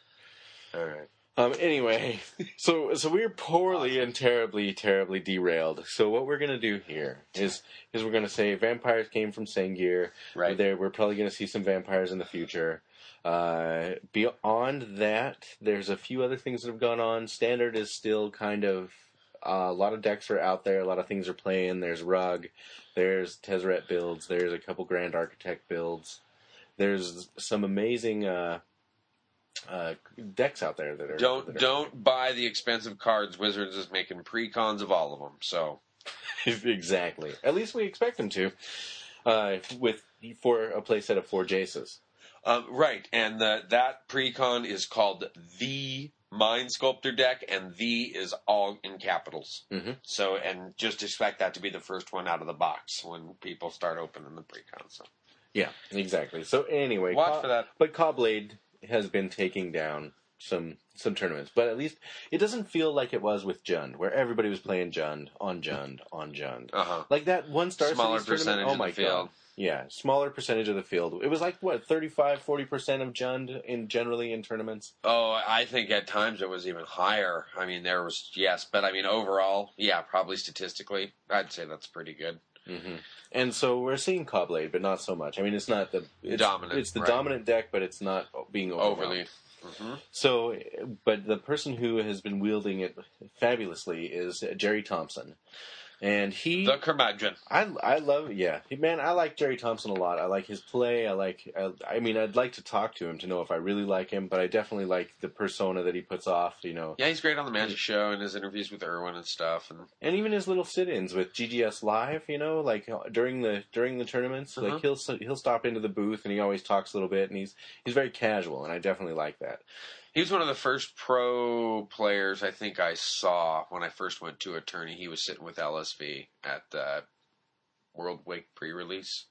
A: All right.
B: Um. Anyway, [LAUGHS] so so we're poorly and terribly, terribly derailed. So what we're gonna do here is is we're gonna say vampires came from Sangir.
A: Right.
B: There, we're probably going to see some vampires in the future. Uh, beyond that, there's a few other things that have gone on. Standard is still kind of uh, a lot of decks are out there. A lot of things are playing. There's Rug. There's Tezzeret builds. There's a couple Grand Architect builds. There's some amazing uh, uh, decks out there that are
A: Don't
B: that are-
A: don't buy the expensive cards. Wizards is making pre-cons of all of them. So
B: [LAUGHS] exactly. At least we expect them to. Uh, with for a playset of four Jaces.
A: um, right, and the, that pre-con is called the Mind Sculptor deck, and the is all in capitals.
B: Mhm.
A: So and just expect that to be the first one out of the box when people start opening the pre-con. So.
B: Yeah, exactly. So anyway,
A: Watch
B: Ca-
A: for that.
B: But Cobblade has been taking down some some tournaments, but at least it doesn't feel like it was with Jund, where everybody was playing Jund on Jund on Jund.
A: Uh huh.
B: Like that one star
A: Smaller
B: Cities tournament,
A: percentage
B: oh
A: of
B: my
A: the field.
B: God. Yeah, smaller percentage of the field. It was like what 35 40% of Jund in generally in tournaments.
A: Oh, I think at times it was even higher. I mean, there was yes, but I mean overall, yeah, probably statistically, I'd say that's pretty good.
B: Mm-hmm. And so we're seeing Cobblade, but not so much. I mean, it's not the it's,
A: Dominant,
B: It's the
A: right.
B: dominant deck, but it's not being overwhelmed.
A: Overly. hmm
B: So, but the person who has been wielding it fabulously is Jerry Thompson. and he
A: The curmudgeon.
B: I I love yeah man I like Jerry Thompson a lot I like his play I like I, I mean I'd like to talk to him to know if I really like him but I definitely like the persona that he puts off you know
A: Yeah, he's great on the Magic Show and his interviews with Irwin and stuff. And
B: and even his little sit-ins with GGS live you know like uh, during the during the tournaments
A: Uh-huh.
B: like he'll s- he'll stop into the booth and he always talks a little bit and he's he's very casual and I definitely like that
A: he was one of the first pro players I think I saw when I first went to a tourney. He was sitting with LSV at the World Wake pre-release.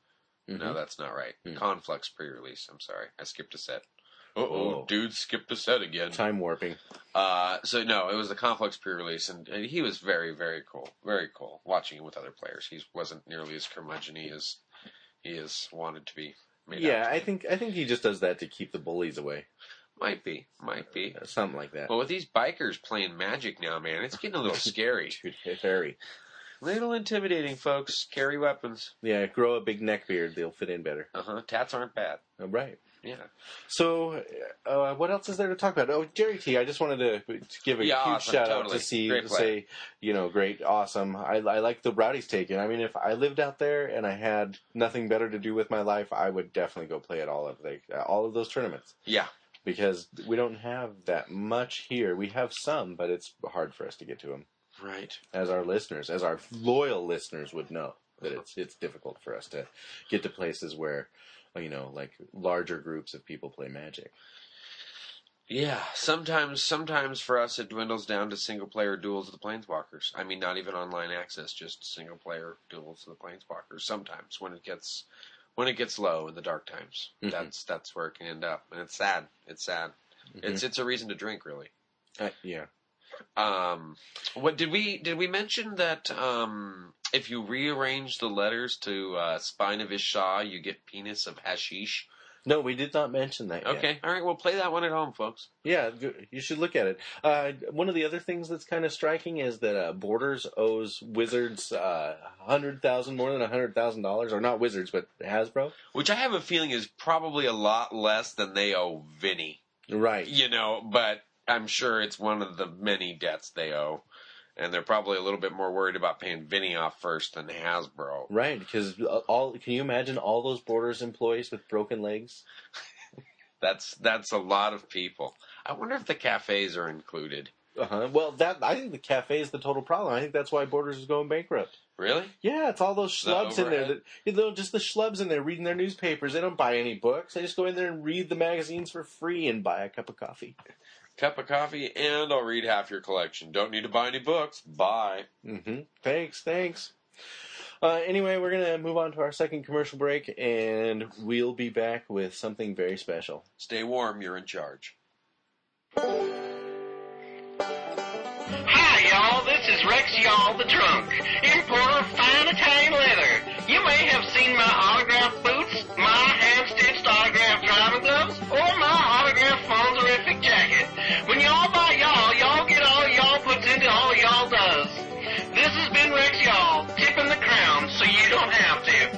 A: No, that's not right.
B: Mm.
A: Conflux pre-release. I'm sorry, I skipped a set. Uh
B: Whoa.
A: oh, dude, skipped a set again.
B: time warping
A: Uh, so no, it was the Conflux pre-release, and, and he was very, very cool, very cool. Watching him with other players, he wasn't nearly as curmudgeon-y as he is wanted to be. Made out
B: yeah
A: to
B: I
A: be.
B: think I think he just does that to keep the bullies away
A: might be, might be.
B: something like that
A: But with these bikers playing Magic now, man, it's getting a [LAUGHS] little scary,
B: dude Harry
A: little intimidating, folks. Carry weapons.
B: yeah grow a big neck beard they'll fit in better
A: Uh huh. Tats aren't bad.
B: all right.
A: Yeah.
B: So, uh, what else is there to talk about? Oh, Jerry T. I just wanted to, to give a
A: Yeah,
B: huge
A: awesome,
B: shout out
A: totally.
B: to see
A: Great
B: to
A: player.
B: say, you know, great, awesome. I, I like the route he's taken. I mean, if I lived out there and I had nothing better to do with my life, I would definitely go play at all of like all of those tournaments
A: Yeah.
B: because we don't have that much here. We have some, but it's hard for us to get to them.
A: Right.
B: As our listeners, as our loyal listeners would know, that it's it's difficult for us to get to places where, you know, like larger groups of people play Magic.
A: Yeah. Sometimes, sometimes for us, it dwindles down to single player duels of the Planeswalkers. I mean, not even online access, just single player duels of the Planeswalkers. Sometimes when it gets when it gets low in the dark times,
B: Mhm.
A: that's that's where it can end up, and it's sad. It's sad.
B: Mm-hmm.
A: It's it's a reason to drink, really.
B: Uh, yeah.
A: Um, what did we did we mention that um, if you rearrange the letters to uh, spine of Ishah, you get penis of hashish?
B: No, we did not mention that. yet.
A: Okay, all right, well play that one at home, folks.
B: Yeah, g- you should look at it. Uh, one of the other things that's kind of striking is that uh, Borders owes Wizards uh, hundred thousand more than hundred thousand dollars, or not Wizards, but Hasbro.
A: Which I have a feeling is probably a lot less than they owe Vinny,
B: Right.
A: you know. But I'm sure it's one of the many debts they owe, and they're probably a little bit more worried about paying Vinny off first than Hasbro.
B: Right, because all can you imagine all those Borders employees with broken legs?
A: That's that's a lot of people. I wonder if the cafes are included.
B: Uh-huh. Well, that I think the cafe is the total problem. I think that's why Borders is going bankrupt.
A: Really?
B: Yeah, it's all those
A: The
B: schlubs in there.
A: overhead?
B: That, you know, just the schlubs in there reading their newspapers. They don't buy any books. They just go in there and read the magazines for free and buy a cup of coffee.
A: cup of coffee and I'll read half your collection. Don't need to buy any books. Bye.
B: Mm-hmm. Thanks, thanks. Uh, anyway, we're gonna move on to our second commercial break, and we'll be back with something very special.
A: Stay warm. You're in charge.
C: Hi, y'all. This is Rex Y'all the Drunk, importer of fine Italian leather. You may have seen my autographed boots, my hand-stitched autographed driving gloves, or my autographed phonerific jacket. When y'all buy y'all, y'all get all y'all puts into all y'all does. This has been Rex Y'all, tipping the crown so you don't have to.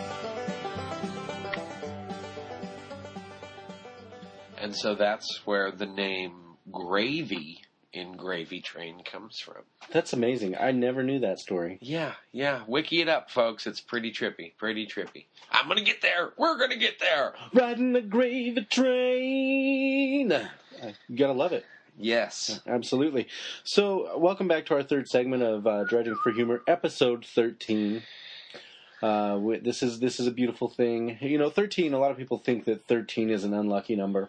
A: And so that's where the name Gravy in Gravy Train comes from.
B: That's amazing. I never knew that story.
A: Yeah, yeah. Wiki it up, folks. It's pretty trippy. Pretty trippy. I'm going to get there. We're going to get there.
B: Riding the gravy train. Uh, You gotta love it.
A: Yes.
B: Absolutely. So, uh, welcome back to our third segment of uh, Dredging for Humor, episode thirteen. Uh, wi- this is this is a beautiful thing. You know, thirteen. A lot of people think that thirteen is an unlucky number,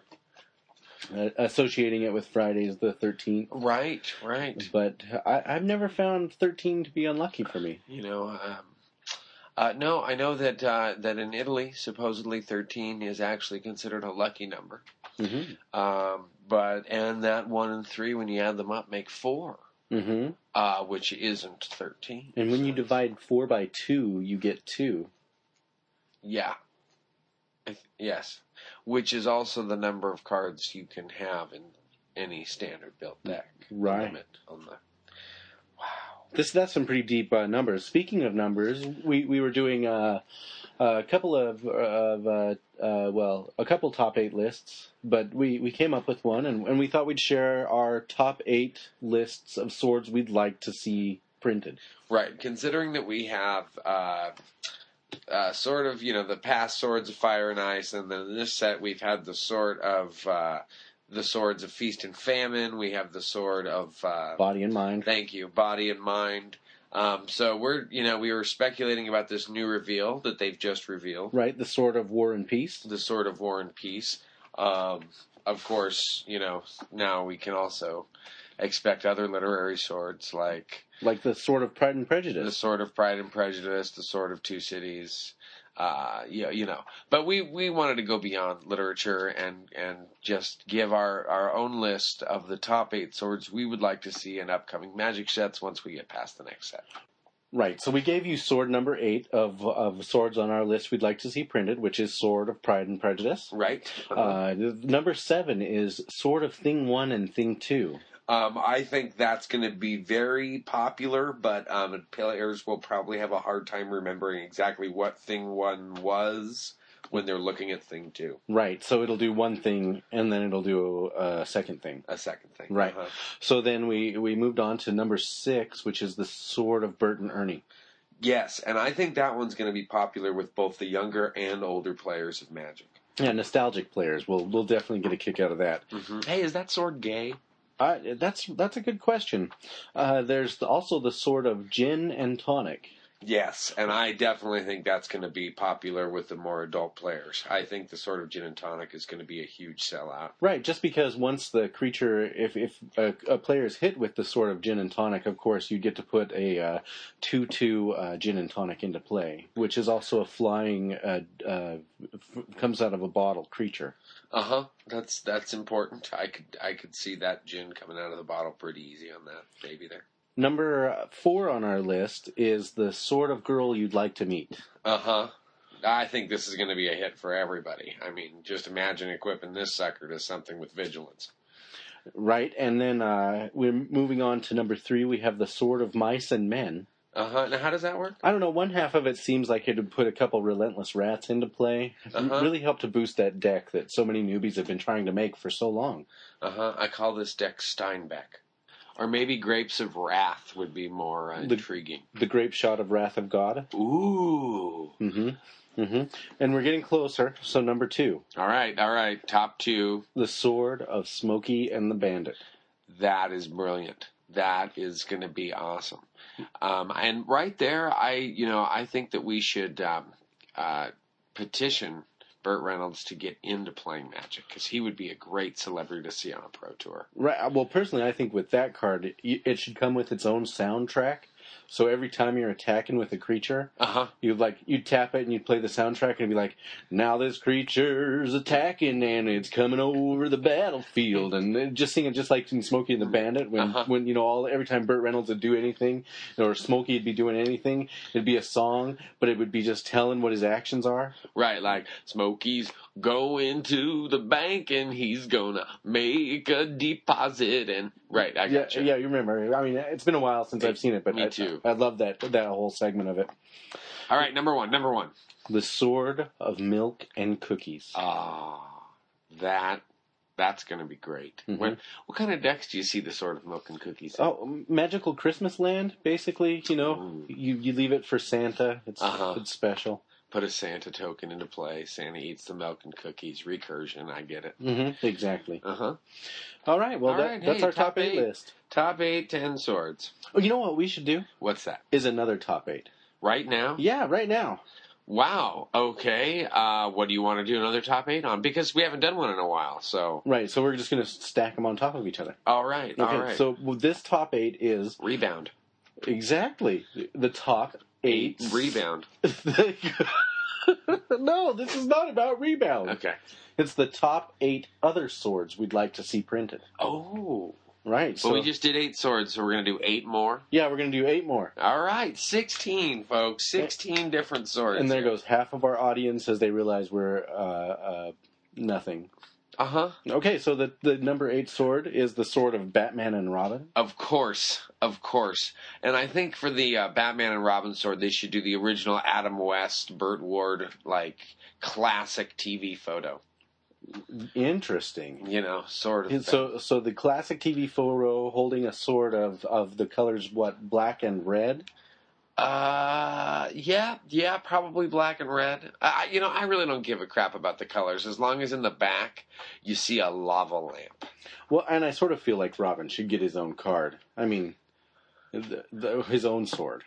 B: uh, associating it with Fridays the thirteenth.
A: Right, right.
B: But I, I've never found thirteen to be unlucky for me.
A: You know, um, uh, no, I know that uh, that in Italy, supposedly 13 is actually considered a lucky number.
B: hmm
A: Um, but and that one and three, when you add them up, make four,
B: hmm
A: uh, which isn't thirteen.
B: And when you divide four by two, you get two.
A: yeah, I th- yes, which is also the number of cards you can have in any standard built deck.
B: Right.
A: Limit on the. Wow.
B: This that's some pretty deep uh, numbers. Speaking of numbers, we we were doing uh, a couple of of uh, uh, well, a couple top eight lists, but we we came up with one, and and we thought we'd share our top eight lists of swords we'd like to see printed.
A: Right, considering that we have uh, uh, sort of, you know, the past Swords of Fire and Ice, and then in this set we've had the sort of uh, the swords of Feast and Famine. We have the sword of uh,
B: Body and mind.
A: thank you, body and mind. Um, so we're, you know, we were speculating about this new reveal that they've just revealed,
B: Right, the sword of war and peace.
A: the sword of War and Peace. Um, of course, you know, now we can also expect other literary swords like
B: Like the sword of pride and
A: the
B: prejudice.
A: sword of Pride and Prejudice, the sword of Two Cities. Uh, you know, you know, but we, we wanted to go beyond literature and, and just give our, our own list of the top eight swords we would like to see in upcoming magic sets once we get past the next set.
B: Right, so we gave you sword number eight of, of swords on our list we'd like to see printed, which is sword of pride and prejudice.
A: Right.
B: Uh, the- number seven is sword of thing one and thing two.
A: Um, I think that's going to be very popular, but um, players will probably have a hard time remembering exactly what thing one was when they're looking at thing two,
B: Right, so it'll do one thing and then it'll do a second thing.
A: a second thing.
B: Right.
A: Uh-huh.
B: So then we, we moved on to number six, which is the sword of Bert and Ernie.
A: Yes, and I think that one's going to be popular with both the younger and older players of Magic.
B: Yeah, nostalgic players will will definitely get a kick out of that.
A: Hey, is that sword gay?
B: Uh, that's that's a good question. Uh, there's also the sword of gin and tonic.
A: Yes, and I definitely think that's going to be popular with the more adult players. I think the sword of gin and tonic is going to be a huge sellout.
B: Right, just because once the creature, if if a, a player is hit with the sword of gin and tonic, of course you get to put a uh, two two uh, gin and tonic into play, which is also a flying uh, uh, f- comes out of a bottle creature.
A: Uh huh. That's that's important. I could I could see that gin coming out of the bottle pretty easy on that. Maybe there.
B: Number four on our list is the sort of girl you'd like to meet.
A: Uh huh. I think this is going to be a hit for everybody. I mean, just imagine equipping this sucker to something with vigilance.
B: Right, and then uh, we're moving on to number three. We have the sword of mice and men.
A: Uh huh. Now, how does that work?
B: I don't know. One half of it seems like it would put a couple relentless rats into play.
A: Uh-huh.
B: Really help to boost that deck that so many newbies have been trying to make for so long.
A: Uh huh. I call this deck Steinbeck. Or maybe Grapes of Wrath would be more uh,
B: The-
A: intriguing.
B: The grape shot of Wrath of God.
A: Ooh.
B: Mm-hmm. Mm-hmm. And we're getting closer. So number two,
A: All right, all right. Top two.
B: the sword of Smokey and the Bandit.
A: That is brilliant. That is going to be awesome. Um, and right there, I you know I think that we should um, uh, petition Burt Reynolds to get into playing Magic because he would be a great celebrity to see on a pro tour.
B: Right. Well, personally, I think with that card, y- it should come with its own soundtrack. So every time you're attacking with a creature,
A: Uh huh.
B: You'd like you'd tap it and you'd play the soundtrack and it'd be like, now this creature's attacking and it's coming over the battlefield and then just sing it just like in Smokey and the Bandit when
A: Uh-huh.
B: when you know all every time Burt Reynolds would do anything or Smokey would be doing anything, it'd be a song, but it would be just telling what his actions are.
A: Right, like Smokey's going to the bank and he's gonna make a deposit and right, I
B: Yeah,
A: got you.
B: yeah, you remember. I mean, it's been a while since I've seen it, but
A: Me
B: I,
A: too.
B: I love that that whole segment of it.
A: All right, number one, number one.
B: The Sword of Milk and Cookies.
A: Ah, that that's gonna be great.
B: Mhm.
A: When, what kind of decks do you see the sort of milk and cookies? in?
B: Oh, magical Christmas land, basically. You know,
A: Ooh.
B: you you leave it for Santa. It's
A: Mm. Uh-huh.
B: it's special.
A: Put a Santa token into play. Santa eats the milk and cookies. Recursion, I get it.
B: hmm Exactly.
A: Uh huh.
B: All right. Well,
A: All
B: that,
A: right,
B: that's
A: hey,
B: our top,
A: top
B: eight,
A: eight.
B: list.
A: Top eight, ten swords.
B: Oh, you know what we should do
A: What's that?
B: is another top eight.
A: Right now?
B: Yeah, right now.
A: Wow. Okay. Uh, what do you want to do another top eight on? Because we haven't done one in a while. So
B: Right. So we're just gonna stack them on top of each other.
A: all right.
B: Okay.
A: all right.
B: So well, this top eight is
A: Rebound.
B: exactly the top eight
A: Rebound.
B: [LAUGHS] no, this is not about rebound.
A: Okay.
B: It's the top eight other swords we'd like to see printed.
A: Oh.
B: Right.
A: But
B: so
A: we just did eight swords, so we're going to do eight more.
B: yeah, we're gonna do eight more.
A: All right. 16, folks. 16 different swords.
B: And there goes half of our audience as they realize we're uh, uh, nothing.
A: Uh huh.
B: Okay, so the, the number eight sword is the sword of Batman and Robin.
A: Of course. Of course. And I think for the uh, Batman and Robin sword, they should do the original Adam West, Burt Ward, like classic TV photo.
B: Interesting.
A: you know, sort of.
B: And
A: thing.
B: so, so the classic TV photo holding a sword of, of the colors what black and red.
A: Uh, yeah, yeah, probably black and red. I, I- you know, I really don't give a crap about the colors as long as in the back you see a lava lamp.
B: Well, and I sort of feel like Robin should get his own card. I mean, the, the, his own sword.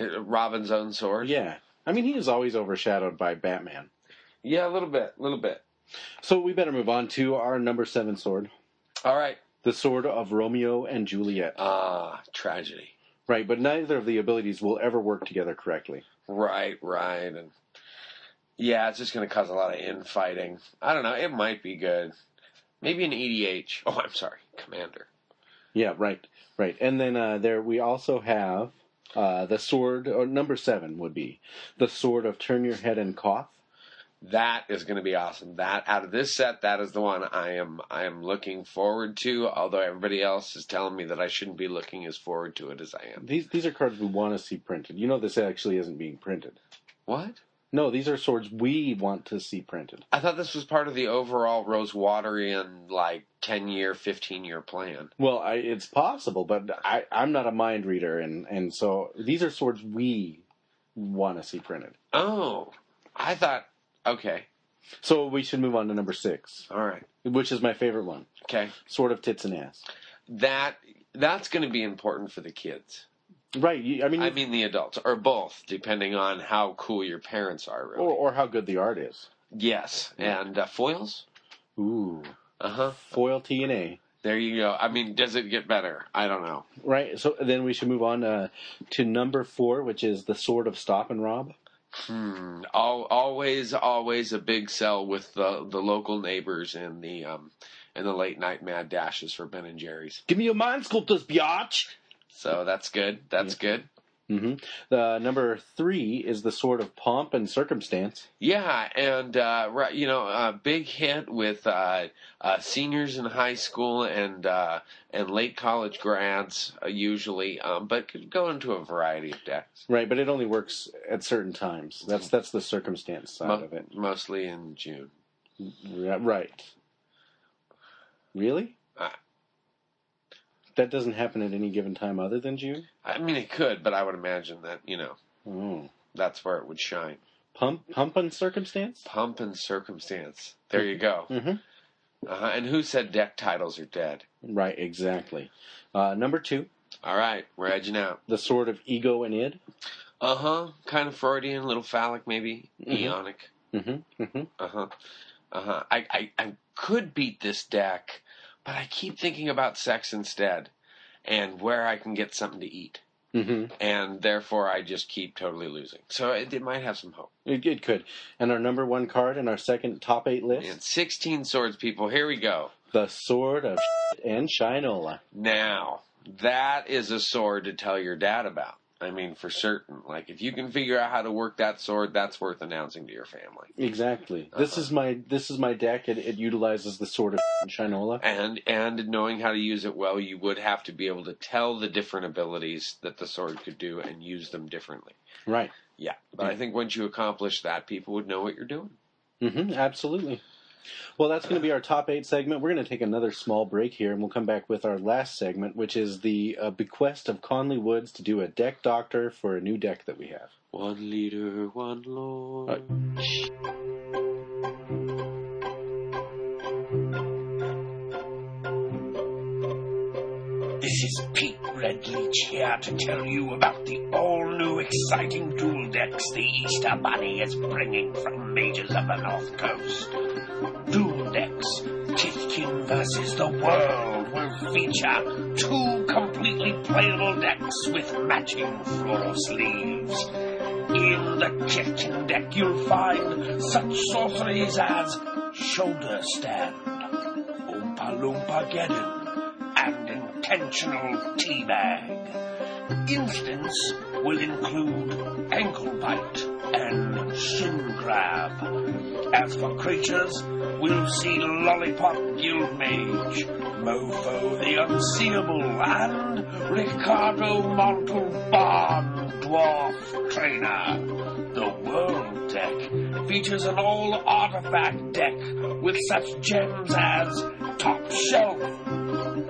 A: Robin's own sword.
B: Yeah, I mean he is always overshadowed by Batman.
A: yeah, a little bit, a little bit.
B: So we better move on to our number seven sword,
A: All right.
B: the sword of Romeo and Juliet.
A: Ah, tragedy.
B: Right, but neither of the abilities will ever work together correctly.
A: Right, right, and yeah, it's just going to cause a lot of infighting. I don't know. It might be good. Maybe an EDH. [LAUGHS] Oh, I'm sorry, Commander.
B: Yeah, right, right. And then uh, there we also have uh, the sword, or number seven would be the sword of Turn Your Head and Cough.
A: That is going to be awesome. That out of this set, that is the one I am I am looking forward to. Although everybody else is telling me that I shouldn't be looking as forward to it as I am.
B: These these are cards we want to see printed. You know, this actually isn't being printed.
A: What?
B: No, these are swords we want to see printed.
A: I thought this was part of the overall Rose Waterian like ten year, fifteen year plan.
B: Well, I, it's possible, but I, I'm not a mind reader, and, and so these are swords we want to see printed.
A: Oh, I thought. Okay,
B: So we should move on to number six,
A: all right,
B: which is my favorite one
A: okay.
B: Sword of Tits and Ass.
A: That that's going to be important for the kids.
B: Right, you, I mean,
A: I mean the adults, or both, depending on how cool your parents are. Really.
B: or, or how good the art is.
A: yes, and uh, foils.
B: Ooh.
A: Uh huh.
B: Foil TNA.
A: There you go. I mean, does it get better? I don't know.
B: Right, so then we should move on uh, to number four, which is the Sword of Stop and Rob.
A: Hmm. Al always, always a big sell with the the local neighbors and the um and the late night mad dashes for Ben and Jerry's.
B: Give me your mind sculptors, biatch!
A: So that's good. That's good.
B: hmm The number three is the Sword of Pomp and Circumstance.
A: Yeah, and uh, right, you know, a big hit with uh, uh, seniors in high school and uh, and late college grads uh, usually, um, but could go into a variety of decks,
B: Right, but it only works at certain times. That's that's the circumstance side
A: mo-
B: of it.
A: mostly in June.
B: Yeah, right. Really?
A: Ah.
B: That doesn't happen at any given time other than June.
A: I mean, it could, but I would imagine that you know
B: Oh,
A: that's where it would shine.
B: pump pump and circumstance.
A: Pump and circumstance. There you go.
B: Mm-hmm.
A: Uh-huh. And who said deck titles are dead?
B: Right, exactly. Uh, number two,
A: All right, we're edging out.
B: the sword of ego and id.
A: Uh huh. Kind of Freudian, little phallic, maybe
B: Mhm.
A: eonic.
B: Mm-hmm. Mm-hmm.
A: Uh huh. Uh huh. I, I I could beat this deck, but I keep thinking about sex instead, and where I can get something to eat,
B: Mm-hmm.
A: and therefore I just keep totally losing. So it, it might have some hope.
B: It, it could. And our number one card in our second top eight list,
A: And sixteen swords, people. Here we go.
B: the sword of and shinola.
A: Now, that is a sword to tell your dad about. I mean, for certain. Like, if you can figure out how to work that sword, that's worth announcing to your family.
B: Exactly. This
A: Uh-huh.
B: is my this is my deck. It, it utilizes the sword of and shinola.
A: And and knowing how to use it well, you would have to be able to tell the different abilities that the sword could do and use them differently.
B: Right.
A: Yeah, but I think once you accomplish that, people would know what you're doing.
B: hmm absolutely. Well, that's going to be our top eight segment. We're going to take another small break here, and we'll come back with our last segment, which is the uh, bequest of Conley Woods to do a deck doctor for a new deck that we have.
A: One leader, one lord.
F: This is Pete Redleach here to tell you about the all new exciting dual decks the Easter Bunny is bringing from Mages of the North Coast. Dual decks, Tifkin versus the World, will feature two completely playable decks with matching floor sleeves. In the Tifkin deck, you'll find such sorceries as Shoulder Stand, Oompa Loompa Geddon, and Intentional Teabag. Instance will include Ankle Bite and Shin Grab. As for creatures, we'll see Lollipop Guildmage, Mofo the Unseeable, and Ricardo Montalban Dwarf Trainer. The World deck features an all artifact deck with such gems as Top Shelf,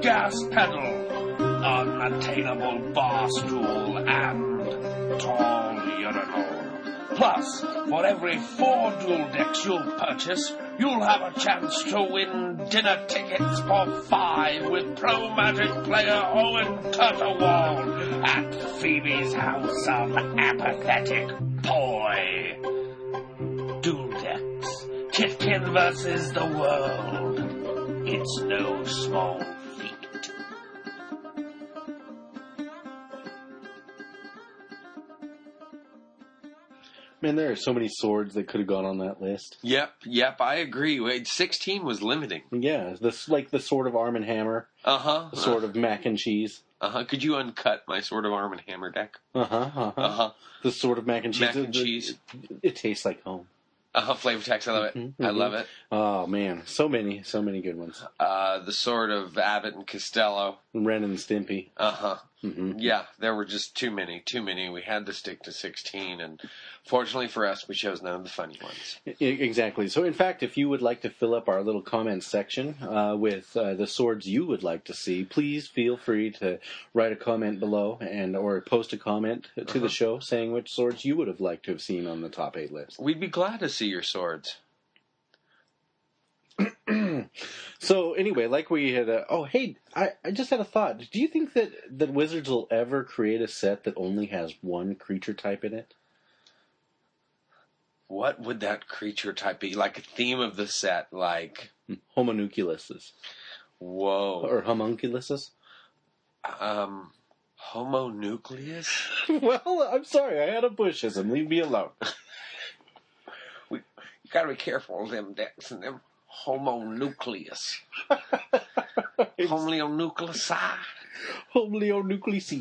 F: Gas Pedal, Unattainable Bar Stool, and Tall Urinal. Plus, for every four dual decks you'll purchase, you'll have a chance to win dinner tickets for five with pro magic player Owen Turtlewald at Phoebe's House of Apathetic Poi. Duldex. Kitkin versus the world. It's no small feat.
B: Man, there are so many swords that could have gone on that list.
A: Yep, yep, I agree. Wait, 16 was limiting.
B: Yeah, this like the sword of Arm and Hammer,
A: Uh huh.
B: the sword of mac and cheese.
A: Uh huh. Could you uncut my Sword of Arm and Hammer deck?
B: Uh huh. Uh-huh.
A: Uh huh.
B: The sword of mac and cheese.
A: Mac and
B: It- it-
A: cheese.
B: It, tastes like home.
A: Uh huh. Flavor text. I love it.
B: Mhm,
A: I
B: mhm.
A: love it.
B: Oh man, so many, so many good ones.
A: Uh, the Sword of Abbott and Costello.
B: Ren and Stimpy.
A: Uh huh.
B: hmm
A: Yeah, there were just too many, too many. We had to stick to 16, and fortunately for us, we chose none of the funny ones.
B: E- Exactly. So, in fact, if you would like to fill up our little comment section uh, with uh, the swords you would like to see, please feel free to write a comment below and or post a comment to
A: Uh-huh.
B: the show saying which swords you would have liked to have seen on the top eight list.
A: We'd be glad to see your swords.
B: So, anyway, like we had. Uh, oh, hey, I, I just had a thought. Do you think that that Wizards will ever create a set that only has one creature type in it?
A: What would that creature type be? Like a theme of the set, like,
B: Homunculus
A: whoa.
B: or homunculuses?
A: Um, Homo nucleus?
B: [LAUGHS] well, I'm sorry, I had a bushism. Leave me alone. [LAUGHS]
A: You gotta be careful of them decks and them Homo nucleus. Homo nucleusi.
B: Homunculus.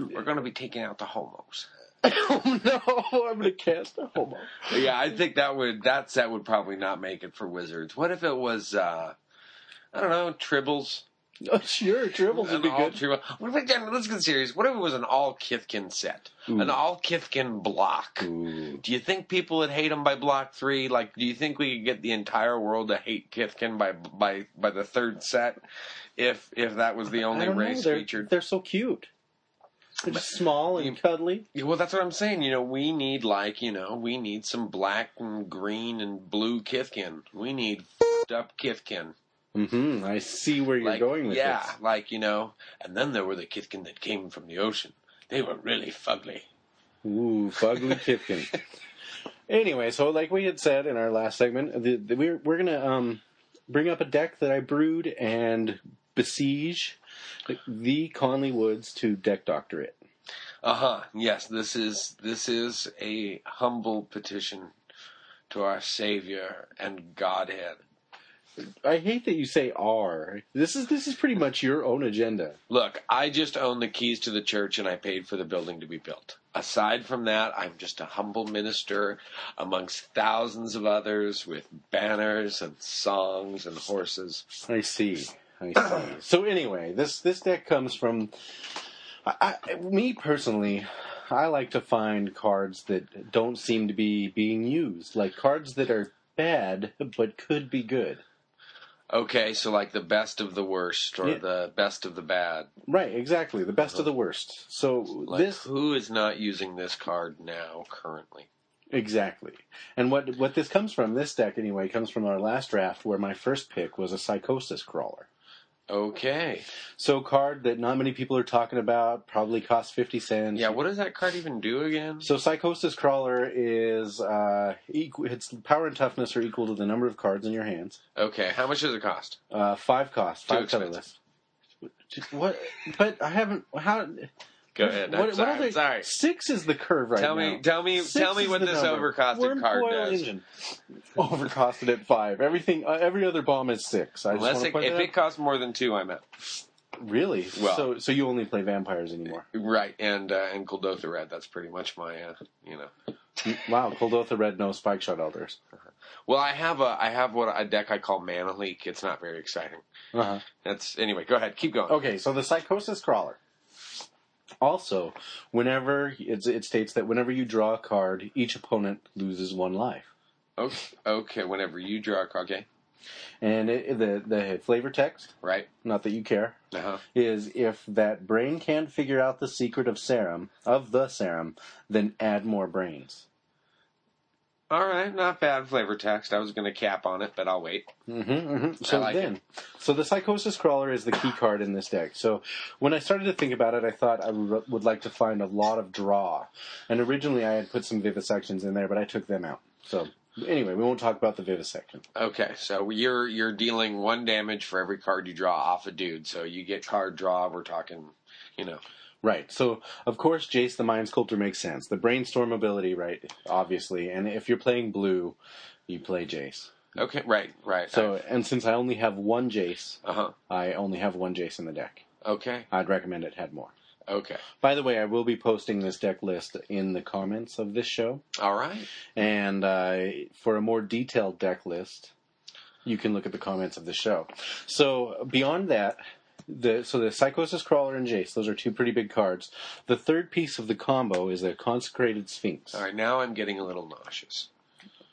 A: We're gonna be taking out the homos.
B: [LAUGHS] Oh no, I'm gonna cast a homo.
A: yeah, I think that would that set would probably not make it for Wizards. What if it was uh I don't know, Tribbles?
B: Oh, sure, tribbles would
A: An
B: be
A: all
B: good.
A: Tribble. What if it, then, let's get serious. What if it was an all Kithkin set? An all Kithkin block? Do you think people would hate them by block three? Like, do you think we could get the entire world to hate Kithkin by by by the third set? If if that was the
B: I
A: only
B: don't know,
A: race
B: they're,
A: featured,
B: They're so cute. They're just small and cuddly.
A: Yeah, Well, that's what I'm saying. You know, we need like you know, we need some black and green and blue Kithkin. We need fed up Kithkin.
B: Mm-hmm. I see where you're
A: Like,
B: going with
A: yeah,
B: this.
A: like you know. And then there were the Kithkin that came from the ocean. They were really fugly.
B: Ooh, fugly Kipkin. [LAUGHS] anyway, so like we had said in our last segment, the, the, we're we're gonna um bring up a deck that I brewed and besiege the, the Conley Woods to deck doctor it.
A: Uh huh. Yes, this is this is a humble petition to our Savior and Godhead.
B: I hate that you say R. This is this is pretty much your own agenda.
A: Look, I just own the keys to the church and I paid for the building to be built. Aside from that, I'm just a humble minister amongst thousands of others with banners and songs and horses.
B: I see.
A: [COUGHS]
B: I see. so anyway, this this deck comes from I, I, me personally. I like to find cards that don't seem to be being used, like cards that are bad but could be good.
A: Okay, so like the best of the worst or
B: Yeah.
A: the best of the bad.
B: Right, exactly. The best of the worst. So
A: Like
B: this
A: who is not using this card now currently?
B: Exactly. And what what this comes from, this deck anyway, comes from our last draft where my first pick was a psychosis crawler.
A: Okay.
B: So card that not many people are talking about, probably costs fifty cents.
A: Yeah, what does that card even do again?
B: So Psychosis Crawler is uh, equal, its power and toughness are equal to the number of cards in your hands.
A: Okay, how much does it cost?
B: Uh, five cost,
A: Too
B: five
A: expensive.
B: colorless. What? But I haven't. How?
A: Go ahead. I'm
B: What, what
A: sorry.
B: other-
A: I'm sorry.
B: Six is the curve right
A: Tell
B: now.
A: me, tell me,
B: Six
A: tell me
B: is
A: what
B: the
A: this
B: number.
A: overcosted
B: Worm
A: card
B: coil
A: does.
B: engine. [LAUGHS] Overcosted at five. Everything. Uh, every other bomb is six. I just
A: Unless
B: want to
A: it,
B: point
A: if
B: that
A: it costs more than two, I'm out.
B: out. really.
A: Well-
B: so so you only play vampires anymore.
A: Right, and uh, and Goldotha Red. That's pretty much my, uh, you know.
B: wow, Coldotha Red Nose Spike Shot Elders.
A: Well, I have a I have what a deck I call Mana Leak. It's not very exciting.
B: Uh
A: Uh-huh.
B: huh.
A: That's anyway. Go ahead, keep going.
B: Okay, so the psychosis crawler. Also, whenever it's, it states that whenever you draw a card, each opponent loses one life.
A: Okay, okay, whenever you draw a card, okay,
B: And it, the the flavor text,
A: right?
B: not that you care,
A: Uh huh.
B: is if that brain can't figure out the secret of serum of the serum, then add more brains.
A: All right, not bad flavor text. I was going to cap on it, but I'll wait.
B: hmm So
A: like
B: then, so the psychosis crawler is the key card in this deck. So when I started to think about it, I thought I would would like to find a lot of draw, and originally I had put some vivisections in there, but I took them out. So anyway, we won't talk about the vivisection.
A: Okay, so you're you're dealing one damage for every card you draw off a dude. So you get card draw. We're talking, you know,
B: Right. So, of course, Jace the Mind Sculptor makes sense. The brainstorm ability, right, obviously. And if you're playing blue, you play Jace.
A: okay, right, right.
B: So, and since I only have one Jace,
A: uh huh.
B: I only have one Jace in the deck.
A: Okay,
B: I'd recommend it had more.
A: okay,
B: By the way, I will be posting this deck list in the comments of this show.
A: all right.
B: And uh, for a more detailed deck list, you can look at the comments of the show. So beyond that, the so the Psychosis Crawler and Jace, those are two pretty big cards. The third piece of the combo is the Consecrated Sphinx.
A: All right, now I'm getting a little nauseous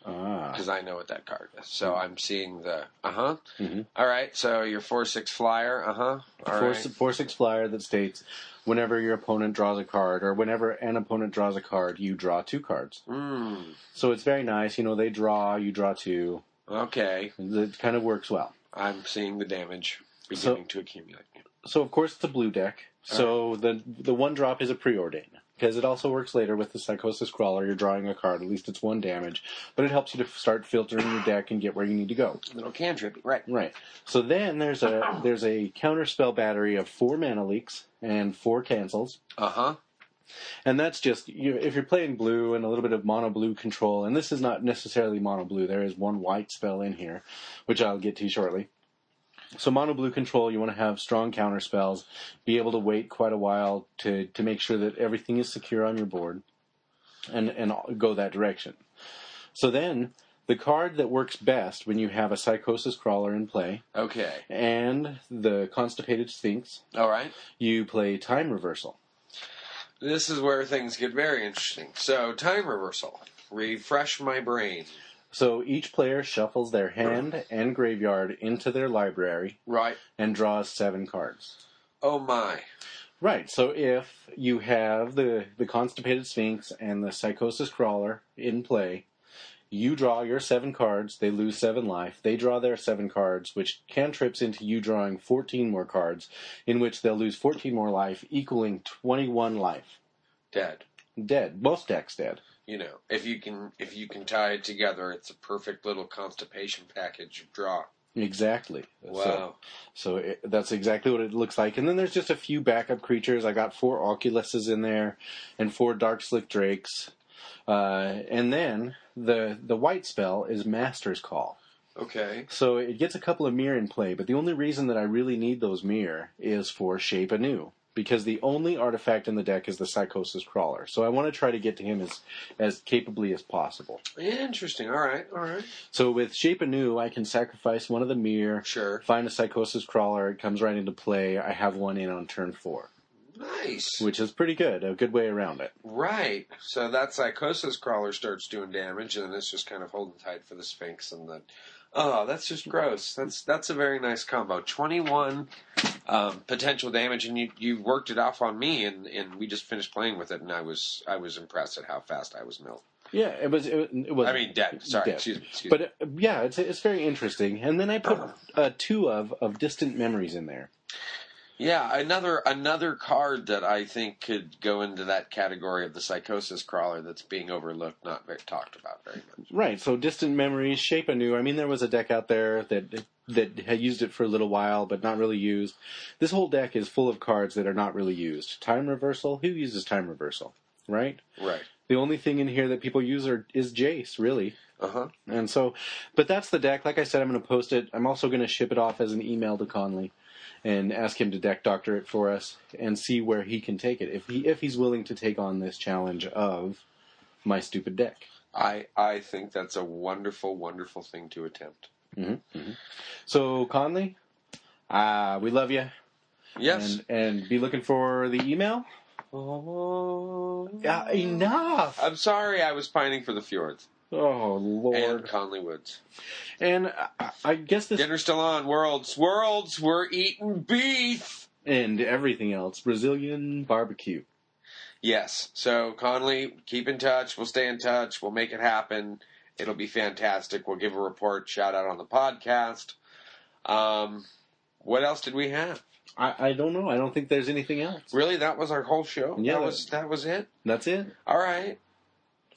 B: Ah,
A: because I know what that card is. So
B: Mm-hmm.
A: I'm seeing the uh huh.
B: Mhm.
A: All right, so your four six flyer. Uh huh. All
B: four,
A: right.
B: four six flyer that states whenever your opponent draws a card, or whenever an opponent draws a card, you draw two cards.
A: Mm,
B: So it's very nice. You know, they draw, you draw two.
A: okay,
B: It kind of works well.
A: I'm seeing the damage
B: So-
A: beginning to accumulate.
B: so of course it's a blue deck. So the the one drop is a preordain because it also works later with the psychosis crawler. You're drawing a card, at least it's one damage, but it helps you to start filtering your deck and get where you need to go.
A: Little cantrip, right?
B: Right. So then there's a there's a counter spell battery of four mana leaks and four cancels.
A: Uh huh.
B: And that's just you, if you're playing blue and a little bit of mono blue control, and this is not necessarily mono blue. There is one white spell in here, which I'll get to shortly. So mono blue control, you want to have strong counter spells, be able to wait quite a while to to make sure that everything is secure on your board, and and go that direction. So then. The card that works best when you have a psychosis crawler in play
A: Okay.
B: and the constipated sphinx,
A: All right.
B: you play time reversal.
A: This is where things get very interesting. So, time reversal. Refresh my brain.
B: So each player shuffles their hand and graveyard into their library
A: Right.
B: and draws seven cards.
A: Oh my.
B: Right, so if you have the, the Constipated Sphinx and the Psychosis Crawler in play, you draw your seven cards, they lose seven life, they draw their seven cards, which cantrips into you drawing 14 more cards, in which they'll lose 14 more life, equaling 21 life.
A: Dead.
B: Dead. Most decks dead.
A: You know, if you can if you can tie it together, it's a perfect little constipation package of draw.
B: Exactly. So-
A: Wow.
B: So it, that's exactly what it looks like. And then there's just a few backup creatures. I got four Oculuses in there and four Dark Slick Drakes. Uh, and then the the white spell is Master's Call.
A: Okay.
B: So it gets a couple of mirror in play, but the only reason that I really need those mirror is for Shape Anew. Because the only artifact in the deck is the Psychosis Crawler. So I want to try to get to him as, as capably as possible.
A: Interesting. All right. All right.
B: So with Shape Anew, I can sacrifice one of the mirror,
A: Sure.
B: Find a psychosis crawler, it comes right into play. I have one in on turn four,
A: Nice.
B: which is pretty good, a good way around it.
A: Right. So that psychosis crawler starts doing damage, and then it's just kind of holding tight for the Sphinx and the. Oh, that's just gross. That's that's a very nice combo. Twenty-one um, potential damage, and you you worked it off on me, and, and we just finished playing with it, and I was I was impressed at how fast I was milled.
B: Yeah, it was. It, it was.
A: I mean, dead. Sorry,
B: Dead.
A: excuse me. Excuse me.
B: but uh, yeah, it's it's very interesting. And then I put uh, two of of distant memories in there.
A: Yeah, another another card that I think could go into that category of the psychosis crawler that's being overlooked, not very, talked about very much.
B: Right. So distant memories, shape anew. I mean, there was a deck out there that that had used it for a little while, but not really used. This whole deck is full of cards that are not really used. Time reversal. Who uses time reversal? Right.
A: Right.
B: The only thing in here that people use are, is Jace, really.
A: Uh huh.
B: And so, but that's the deck. Like I said, I'm going to post it. I'm also going to ship it off as an email to Conley and ask him to deck doctor it for us and see where he can take it. If he if he's willing to take on this challenge of my stupid deck.
A: I I think that's a wonderful, wonderful thing to attempt.
B: Mm-hmm, So Conley, ah, we love you.
A: Yes.
B: And, and be looking for the email.
A: oh.
B: Yeah, enough.
A: I'm sorry, I was pining for the fjords.
G: Oh
A: and
G: lord!
A: Conley Woods.
G: And,
B: uh,
G: I, I guess this
A: Dinner's still on. Worlds, worlds. We're eating beef.
G: and everything else Brazilian barbecue.
A: Yes. So Conley, keep in touch. We'll stay in touch. We'll make it happen. It'll be fantastic. We'll give a report. Shout out on the podcast. Um, what else did we have?
G: I, I don't know. I don't think there's anything else.
A: Really, that was our whole show.
G: Yeah.
A: That was that was it.
G: That's it.
A: All right.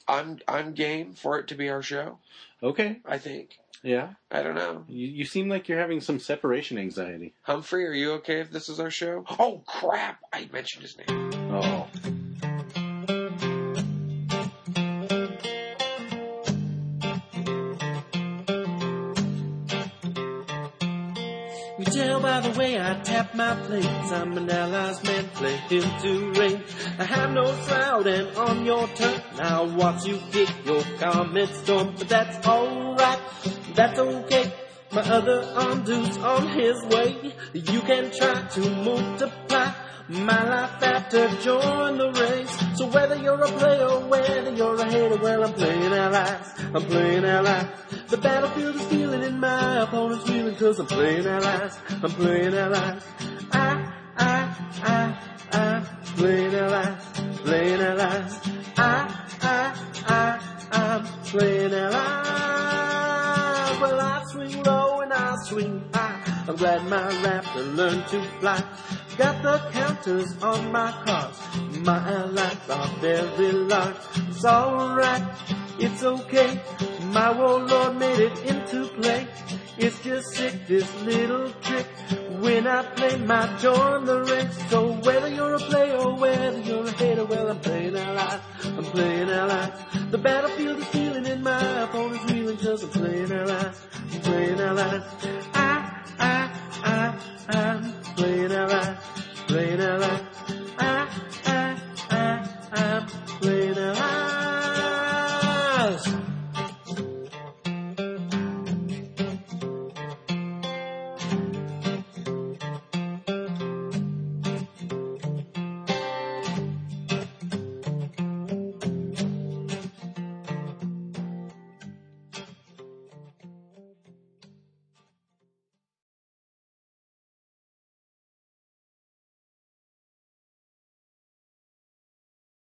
A: I'm I'm game for it to be our show.
G: Okay.
A: I think.
G: Yeah.
A: I don't know.
G: You, you seem like you're having some separation anxiety.
A: Humphrey, are you okay if this is our show? Oh crap! I mentioned his name.
G: Oh.
H: You tell by the way I tap my plates, I'm an ally's man, play him to rain. I have no cloud and on your turn, I'll watch you kick your comment storm, but that's alright, that's okay. My other arm dude's on his way, you can try to multiply. My life after join the race. So whether you're a player, whether you're a hater, well I'm playing allies. I'm playing allies. The battlefield is feeling and my opponent's reeling cause I'm playing allies. I'm playing allies. I, I, I, I, playing allies. Playing allies. I, I, I, I'm playing allies. Well I swing low and I swing high. I'm glad my raptor learned to fly. Got the counters on my cards. My allies are very large. It's alright, it's okay. My warlord made it into play. It's just sick, this little trick. When I play my join the ranks. So whether you're a player, whether you're a hater, well I'm playing allies. I'm playing allies. The battlefield is feeling and my opponent's reeling cause I'm playing allies. I'm playing allies.